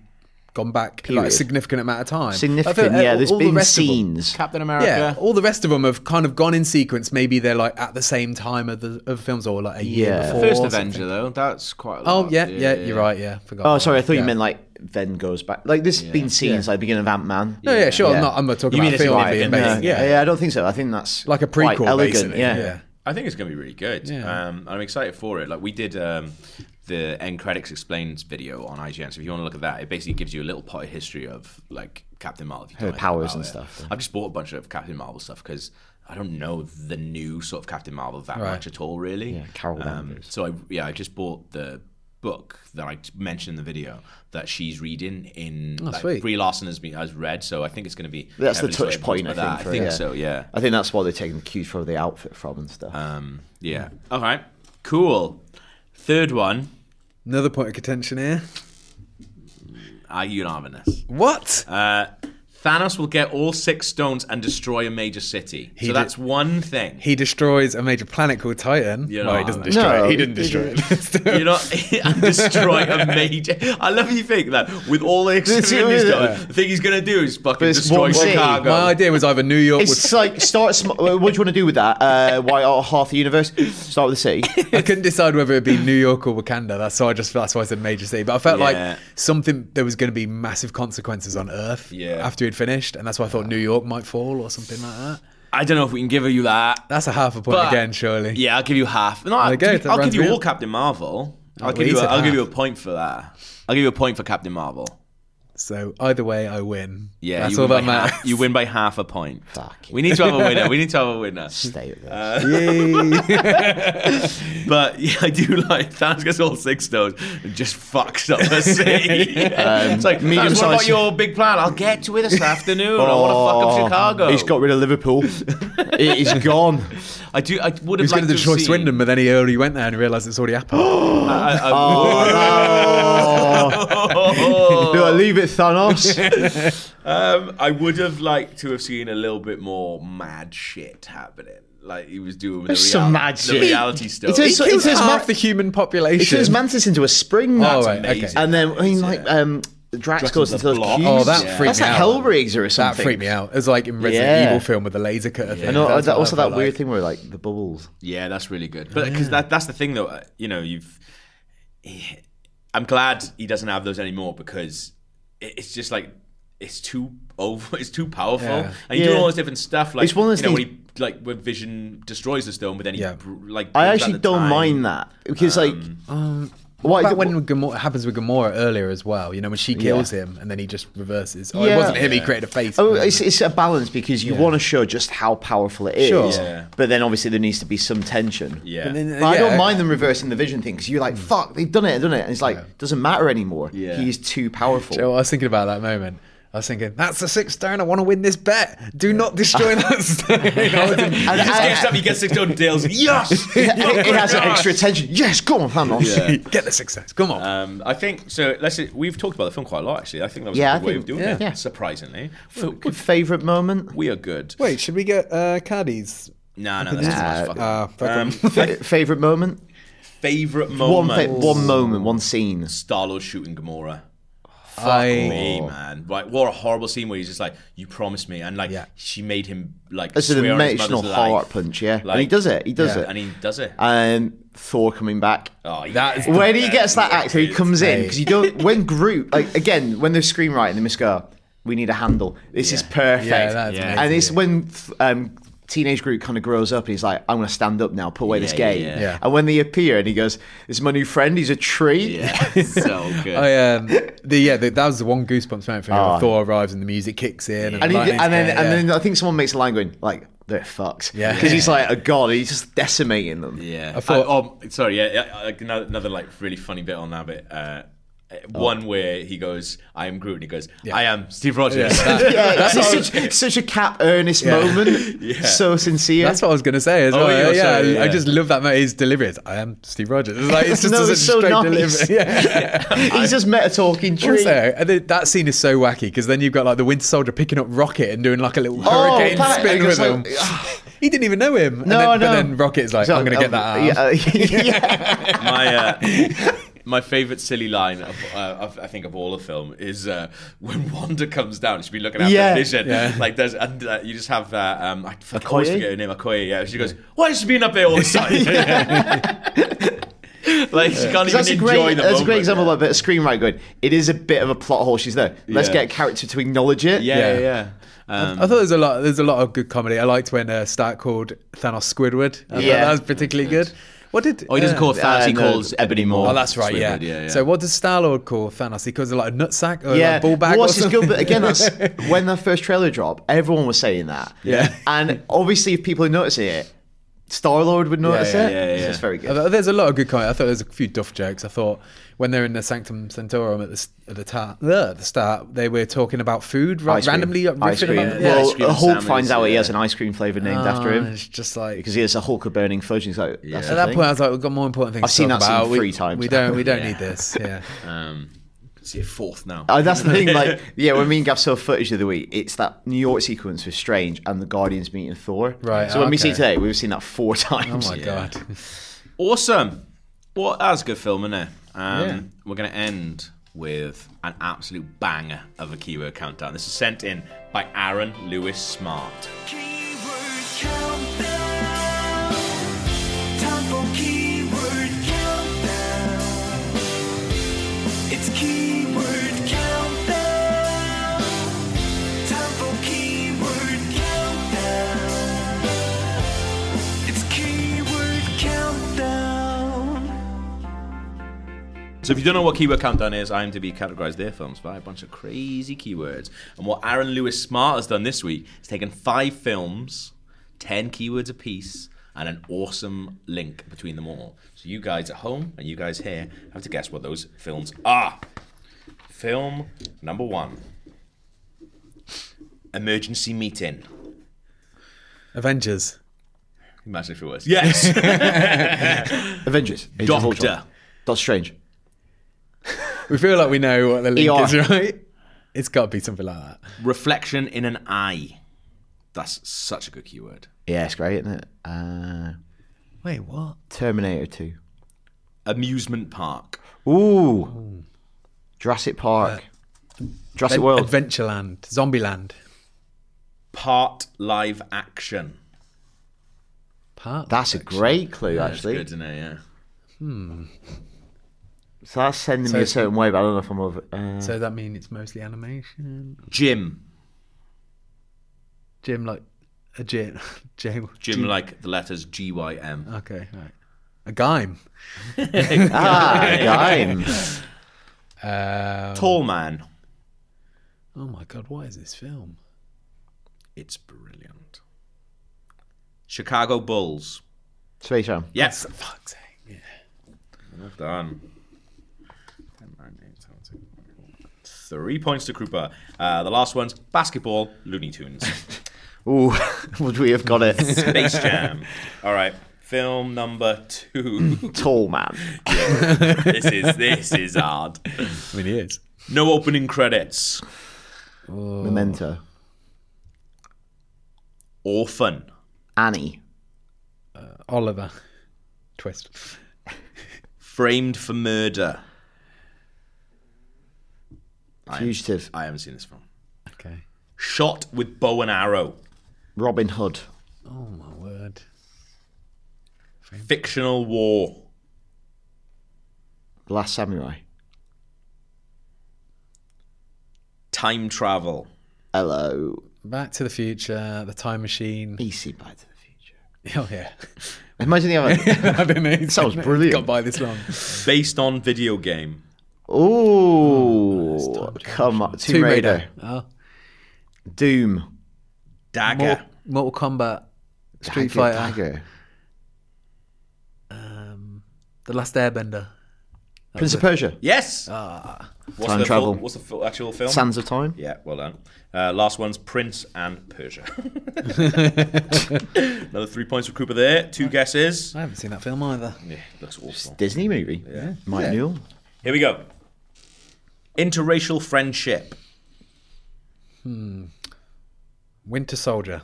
gone back like Period. a significant amount of time? I Significant, feel, uh, yeah. There's all the been rest of them- scenes. Captain Yeah, America. all the rest of them have kind of gone in sequence. Maybe they're like at the same time of the of films or like a year Yeah. before. First or Avenger something. though, that's quite. A Oh lot. yeah, yeah, you're right. Yeah, forgot. Oh, about sorry, I that. thought Yeah. you meant like then goes back. Like this has been scenes like beginning of Ant Man. No, yeah, sure. Yeah. I'm not. I'm not talking You mean about it's film like being an- based. yeah. Yeah, yeah, I don't think so. I think that's like a quite prequel, elegant. basically. yeah. yeah. I think it's going to be really good. Yeah. Um, I'm excited for it. Like we did um, the end credits explains video on IGN. So if you want to look at that, it basically gives you a little potted history of like Captain Marvel, if you Her don't know powers about and it. stuff. I've just bought a bunch of Captain Marvel stuff because I don't know the new sort of Captain Marvel that Right. much at all, really. Yeah, Carol So I yeah, I just bought the book that I mentioned in the video that she's reading in like, sweet. Brie Larson has been has read, so I think it's going to be Oh, That's the heavily touch sort of point, I influenced think. by that. for I it, think so. Yeah. I think that's why they're taking the cues from the outfit from and stuff. Uh, Um, yeah. All right. Cool. Third one. Another point of contention here. Are you having this? What? Uh, Thanos will get all six stones and destroy a major city. so did- that's one thing. he destroys a major planet called Titan. You're well, not he doesn't having destroy No, it. He didn't he destroy didn't. it. you know, and destroy a major. I love you think that with all the This extreme he's is- done, the thing he's gonna do is fucking it's destroy one city. Chicago. My idea was either New York. it's Would, like start. Sm- what do you want to do with that? Uh, why are half the universe? Start with the city. I couldn't decide whether it'd be New York or Wakanda. That's why I just that's why I said major city. But I felt Yeah. like something there was going to be massive consequences on Earth Yeah. after he'd finished, and that's why I thought New York might fall or something like that. I don't know if we can give you that. That's a half a point But- again, surely. Yeah, I'll give you half. No, I'll, you go, give- that I'll give rounds you me all up. Captain Marvel. I'll well, give he you. A, said I'll give half. you a point for that. I'll give you a point for Captain Marvel. So either way, I win. Yeah, that's you all win that by half- matters. You win by half a point. Fuck. We need to have a winner. We need to have a winner. Stay with this. But yeah, I do like Thanos gets all six stones and just fucks up the city. it's like, Thanos, what about Um, medium-sized- Oh. your big plan? I'll get to it this afternoon. I want to fuck up Chicago. He's got rid of Liverpool. it is gone. I do. I would He have was liked going to have destroy seen- Swindon, but then he already went there and realised it's already happened. I, I, Oh, do I leave it, Thanos? Um, I would have liked to have seen a little bit more mad shit happening. Like he was doing with the, There's some reali- mad the shit. reality stuff. It is- So it it's is half ma- the human It population. turns Mantis into a spring. Oh, right, amazing. okay. And then I mean, Yeah. like um, Drax, Drax goes with into the those block. cubes. Oh, that freaked That's me like out. Hellraiser or That something. freaked me out. It was like in Resident Yeah. Evil film with the laser cutter thing. I know, uh, That's that- what also felt that weird like. thing where like the bubbles. Yeah, that's really good. But because that, that's the thing, though. uh, You know, you've. I'm glad he doesn't have those anymore because it- it's just like it's too over. It's too powerful, Yeah. and you're doing Yeah. all those different stuff. Like It's one of those you know, when he like when Vision destroys the stone, but then he Yeah. br- like I brings back actually the don't time. um, mind that because like, Um, what I Back did- when Gamora, happens with Gamora earlier as well, you know, when she kills him and then he just reverses. Oh, it Yeah. wasn't him, he created a face. Oh, it's, it's a balance because you want to show just how powerful it is, Sure. Yeah. but then obviously there needs to be some tension. Yeah. But I don't mind them reversing the vision thing because you're like, fuck, they've done it, done it, and it's like doesn't matter anymore. Yeah. He's too Do powerful. you know what I was thinking about that moment. I was thinking, that's the sixth stone. I want to win this bet. Do not destroy that stone. I was in- And He just I- gets up, he gets six stone deals. and Yes, it has an extra tension. Yes, go on, Thanos. Yeah. Get the success. Come on. Um, I think so. Let's. We've talked about the film quite a lot, actually. I think that was Yeah, a I good way think- of doing yeah. it. Yeah. Surprisingly, Good favorite moment. we are good. Wait, should we get uh, Caddy's? No, no, that's Nah. too much. Uh, fucking- fuck um, Fa- favorite moment. favorite One, moment. fa- one moment. One scene. Star Lord shooting Gamora. Oh. I- Me man, like what a horrible scene where he's just like, "You promised me," and like Yeah. she made him like It's an swear on his emotional mother's heart life. punch. Yeah, and he Like- does it. He does Yeah, it. and he does it. And Thor coming back. oh, yeah. That is the- when he gets that actor, he It's comes in great. because you don't. When Groot, like again, when they're screenwriting, they must go. We need a handle. This is perfect. Yeah, that's amazing. and it's when um, teenage Groot kind of grows up. and He's like, I'm gonna stand up now. Put away this Yeah, yeah, game. yeah. Yeah. And when they appear, and he goes, "This is my new friend. He's a tree." yeah, so good. Oh, I um, the yeah, the, that was the one goosebumps moment for me. when Thor arrives and the music kicks in, and, Ah. And, he, lightning's and then, going, yeah. and then I think someone makes a line going like, "They're fucked." Yeah. because he's like a god. He's just decimating them. Yeah. I thought- I- oh, sorry. Yeah. yeah, Like another, another like really funny bit on that bit. Uh, Oh. One where he goes, "I am Groot," and he goes, "I am Steve Rogers." Yeah, that's such, such a cap earnest moment. So sincere. That's what I was gonna say as Oh, well. yeah, Yeah, sorry, I- I yeah. just love that. moment. His delivery is, "I am Steve Rogers." It's like it's just No, such it's a so straight nice. delivery. Yeah. He's just met a talking tree. also, and then that scene is so wacky because then you've got like the Winter Soldier picking up Rocket and doing like a little Oh, hurricane that- spin it with was him. like- ah. he didn't even know him. and No, then, I But know. then Rocket is like, So, "I'm gonna get um, that arm." Yeah, uh, yeah. my uh, my favorite silly line of, uh, of I think of all the film is uh, when Wanda comes down. She's been looking at Yeah. the vision. Yeah. Like there's and uh, you just have uh, um, I f- always Okoye? forget her name. Okoye. Yeah. She goes, "Why has she been up there all this time?" like she can't even That's a enjoy great. the That's moment. a great example of a bit of screenwriting going. It is a bit of a plot hole. She's there. Let's Yeah. get a character to acknowledge it. Yeah. Yeah. Yeah. yeah. Um, Uh, I thought there's a lot. There's a lot of good comedy. I liked when uh, Stark called Thanos Squidward. I thought Yeah. that was particularly good. What did? Oh, he doesn't uh, call it Thanos. he no, calls Ebony Maw. Oh, that's right. Squidward, Yeah. So, what does Star Lord call Thanos? He calls it like a nutsack or Yeah, like ball bag. What's or is something. good, but again, that's when the first trailer dropped, everyone was saying that. Yeah. and obviously, if people are noticing it, Star Lord would notice yeah, it. yeah, yeah. So it's very good. Uh, There's a lot of good comedy. I thought there's a few duff jokes. I thought when they were in the Sanctum Sanctorum at the s- at the, ta- uh, at the start, they were talking about food right, Ice cream. randomly. uh, ice riffing cream. About, Yeah, ice Well, cream and Hulk sandwiches, finds out he yeah. has an ice cream flavor named Ah, after him It's just like because he has a Hulk of burning fudge. And he's like, that's at that point, I was like, we've got more important things. I've to seen talk that scene about. We- three times. Oh We don't. We don't need this. Yeah. Um, see a fourth now. Uh, that's the thing, like, yeah, when me and Gav saw footage of the week, it's that New York sequence with Strange and the Guardians meeting Thor. Right, So when we see okay. it today, we've seen that four times. Oh my god. Awesome. Well, that was a good film, innit? Um, We're going to end with an absolute banger of a keyword countdown. This is sent in by Aaron Lewis Smart. Keyword countdown. Time for keyword countdown. It's keyword countdown. Time for keyword countdown. It's keyword countdown. So, if you don't know what keyword countdown is, IMDb categorized their films by a bunch of crazy keywords. And what Aaron Lewis Smart has done this week is taken five films, 10 keywords apiece, and an awesome link between them all. So, you guys at home and you guys here have to guess what those films are. Film number one Emergency Meeting. Avengers. Imagine if it was. Yes! Avengers. Agent of Ultron. Doctor. Doctor Strange. We feel like we know what the link ER. is, right? It's got to be something like that. Reflection in an eye. That's such a good keyword. Yeah, it's great, isn't it? Uh, Wait, what? Terminator 2. Amusement park. Ooh. Jurassic Park. Jurassic Ad- World. Adventureland, Zombieland, Part live action. part. That's a great clue, actually. That's good to know, yeah. So that's sending me a certain way, but I don't know if I'm over. Uh, So that mean it's mostly animation. Jim. Jim like a gym, gym. Jim, like the letters G Y M. Okay, right. A gime. ah, game. Tall man. Uh, Oh my god, what is this film? It's brilliant. Chicago Bulls. Space Jam. Yes. Fuck's sake. Well done. Three points to Krupa. Uh, the last one's basketball, Looney Tunes, Ooh, would we have got it? Space Jam. All right, film number two. Tall man. this is this is hard. I mean, he is. No opening credits. Oh. Memento. Orphan. Annie. Oliver. Twist. Framed for murder. Fugitive. I haven't seen this film. Okay. Shot with bow and arrow. Robin Hood. Oh my word. Fictional war. The Last Samurai. Time travel. Hello. Back to the Future, The Time Machine. BC Back to the Future. Oh yeah. Imagine the other. That'd be amazing. Sounds brilliant. Got by this long. Based on video game. Ooh, come on. Tomb, Raider. Oh. Doom. Dagger. Mortal, Mortal Kombat. Street Dagger, Fighter. Dagger. The Last Airbender. Prince of Persia. Yes. what's Ah. Time the travel. Full, what's the full actual film? Sands of Time. Yeah, well done. Uh, last one's Prince and Persia. Another three points for Cooper there. Two guesses. I haven't seen that film either. Yeah, looks awful. Disney movie. Yeah. Mike Newell. Here we go. Interracial friendship. Winter Soldier.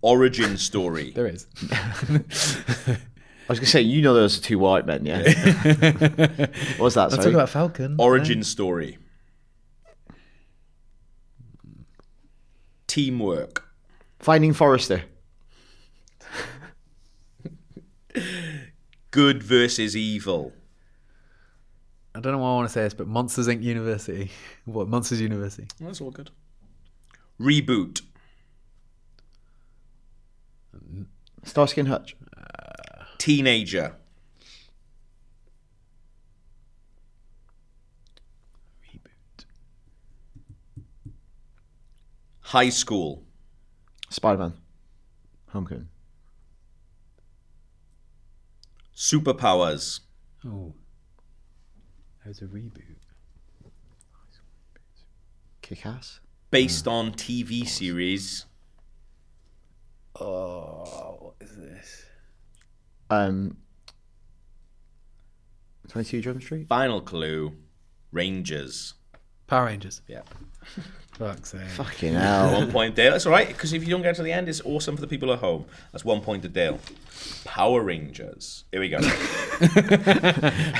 Origin story. There is. I was going to say, you know those are two white men, yeah? what was that, Let's talk sorry? about Falcon. Origin story. Teamwork. Finding Forrester. Good versus evil. I don't know why I want to say this, but Monsters Inc. University. What Monsters University? That's all good. Reboot. Starsky and Hutch. Teenager. High school. Spider Man. Homecoming. Superpowers. Oh, that was a reboot. Kick ass. Based on TV series. Oh, what is this? Um, 22 Drum Street. Final clue. Rangers. Power Rangers. Yeah. Fuck's sake. Fucking hell. One point Dale. That's all right, because if you don't get to the end, it's awesome for the people at home. That's one point to Dale. Power Rangers. Here we go.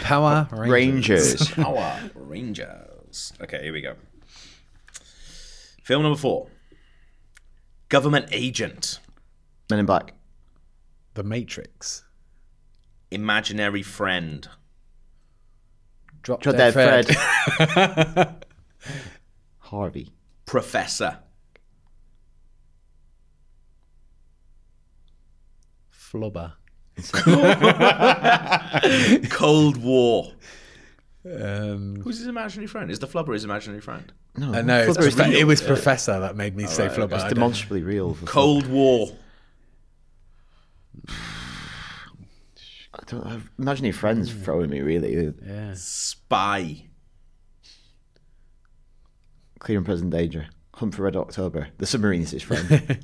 Power Rangers. Rangers. Power Rangers. Okay, here we go. Film number four. Government agent. Men in Black. The Matrix. Imaginary friend. Drop, Drop Dead Dead, Fred. Fred. Harvey. Professor. Flubber. Cold War. Um, Who's his imaginary friend? Is the flubber his imaginary friend? I know. Uh, it's Flubber is profe- real. it was Professor that made me say Flubber. It's I don't- demonstrably real. for Cold War. I don't know. Imagine your friends throwing me, really. Yeah. Spy. Clear and present danger. Hunt for Red October. The submarine's his friend.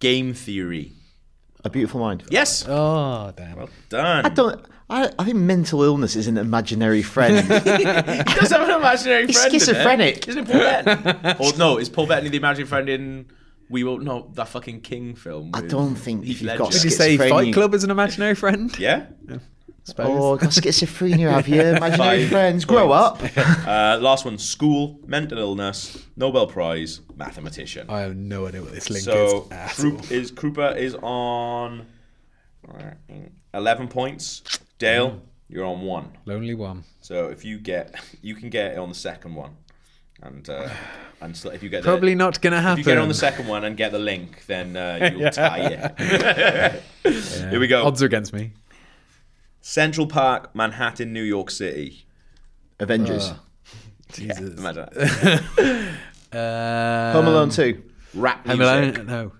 Game theory. A beautiful mind. Yes. Oh, damn. Well done. I don't. I, I think mental illness is an imaginary friend. He does have an imaginary He's friend. in there. schizophrenic. Isn't it Paul Bettany? or no, is Paul Bettany the imaginary friend in We Will No that fucking King film? I with don't think Heath if you've got Ledger? Did you say schizophrenia- Fight Club is an imaginary friend? Yeah? suppose. Oh, got schizophrenia, have you? Imaginary Five friends, grow up. Uh, last one: school, mental illness, Nobel Prize, mathematician. I have no idea what this link so is. at all. Krupp is Krupa is on eleven points. Dale, Mm. you're on one. Lonely one. So if you get, you can get it on the second one, and uh, and so if you get the- Probably not going to If happen. you get on the second one and get the link, then uh, you'll tie it. Here we go. Odds are against me. Central Park, Manhattan, New York City. Avengers. Jesus. Imagine that. Home Alone 2. Rap Home music. Uh, Alone? No.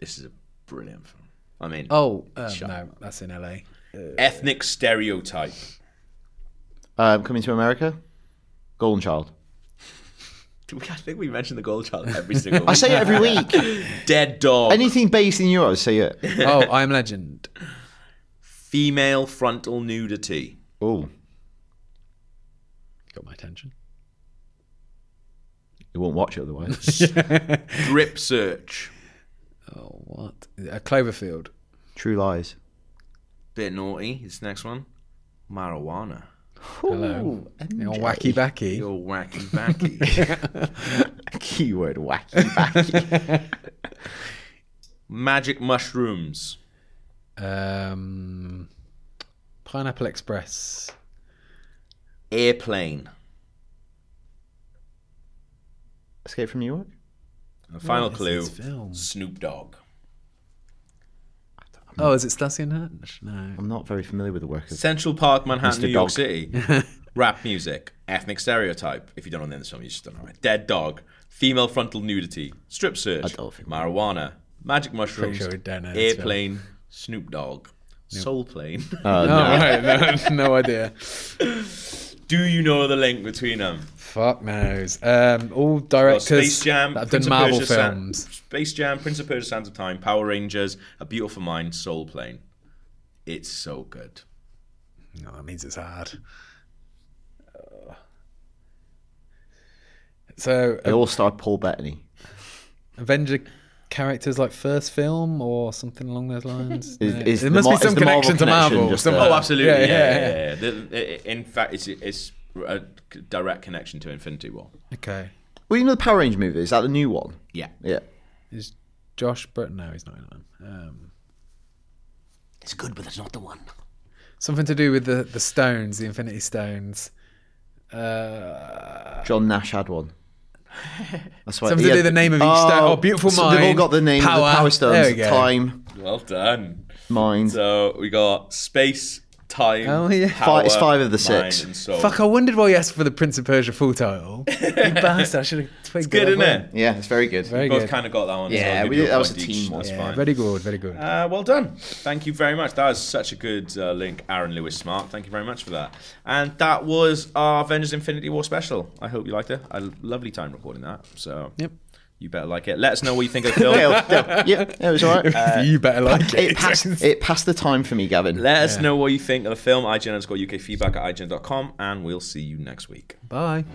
This is a brilliant film. I mean, Oh, um, no, that's in LA. ethnic stereotype. Um, coming to America. Golden Child. Do we- I think we mentioned the gold child every single I say it every week. Dead dog. Anything based in Europe, I say it. Oh, I am Legend. Female frontal nudity. Oh, Got my attention. you won't watch it otherwise. Drip search. Oh, what? A Cloverfield. True Lies. Bit naughty. This next one. Marijuana. Hello. You know, wacky backy. You're wacky backy. Keyword wacky back. Magic mushrooms. Um, Pineapple Express. Airplane. Escape from New York. And the final clue. film? Snoop Dogg. Oh, is it Stacy and Hutch? No. I'm not very familiar with the work. Of- Central Park, Manhattan, Mr. New York Dog. City. Rap music, ethnic stereotype. If you don't know this film, you just don't know it. Dead dog, female frontal nudity, strip search, don't think- marijuana, magic mushrooms, sure we don't know this airplane, Snoop Dogg, soul plane. Uh, Oh, right, no, no idea. Do you know the link between them? Fuck knows. Um, all Well, directors Space Jam, that have Prince done of Marvel Persia, Sa- films. Space Jam, Prince of Persia, Sands of Time, Power Rangers, A Beautiful Mind, Soul Plane. It's so good. No, that means it's hard. So, uh, they all starred Paul Bettany. Avenger characters like first film or something along those lines. Is- No. is there the must Mar- be some is the Marvel connection to connection Marvel. just some- there? Oh, absolutely. Yeah, Yeah, yeah, yeah, yeah, yeah. The- i- In fact, it's it's a direct connection to Infinity War. Okay. Well, you know the Power Ranger movie. Is that the new one? Yeah. Yeah. Is Josh Burton? No, he's not in one. Um, It's good, but it's not the one. something to do with the, the stones, the Infinity Stones. Uh, John Nash had one. That's why. something he to do had- with the name of each stone. Oh, beautiful so mind. They've all got the name power. of the power stones. There we go. Time, Well done. mind. So we got space, time, Oh, yeah. power, Fi- it's five of the mind, six. and soul. Fuck! I wondered why you asked for the Prince of Persia full title. you bastard! I should have twigged Good, it. isn't up it? then. yeah, it's very good. Very Both good. kind of got that one. so Yeah, I'll give we you did- that was point a each. team one. That's Yeah, fine. Very good. Very good. Uh, well done. Thank you very much. That was such a good uh, link, Aaron Lewis Smart. Thank you very much for that. And that was our Avengers Infinity War special. I hope you liked it. I had a lovely time recording that. So Yep. you better like it. Let us know what you think of the film. Dale, Dale. Yeah, it was all right. Uh, you better like it. It passed, it passed the time for me, Gavin. Let us know what you think of the film. IGN underscore UK feedback at IGN.com. And we'll see you next week. Bye.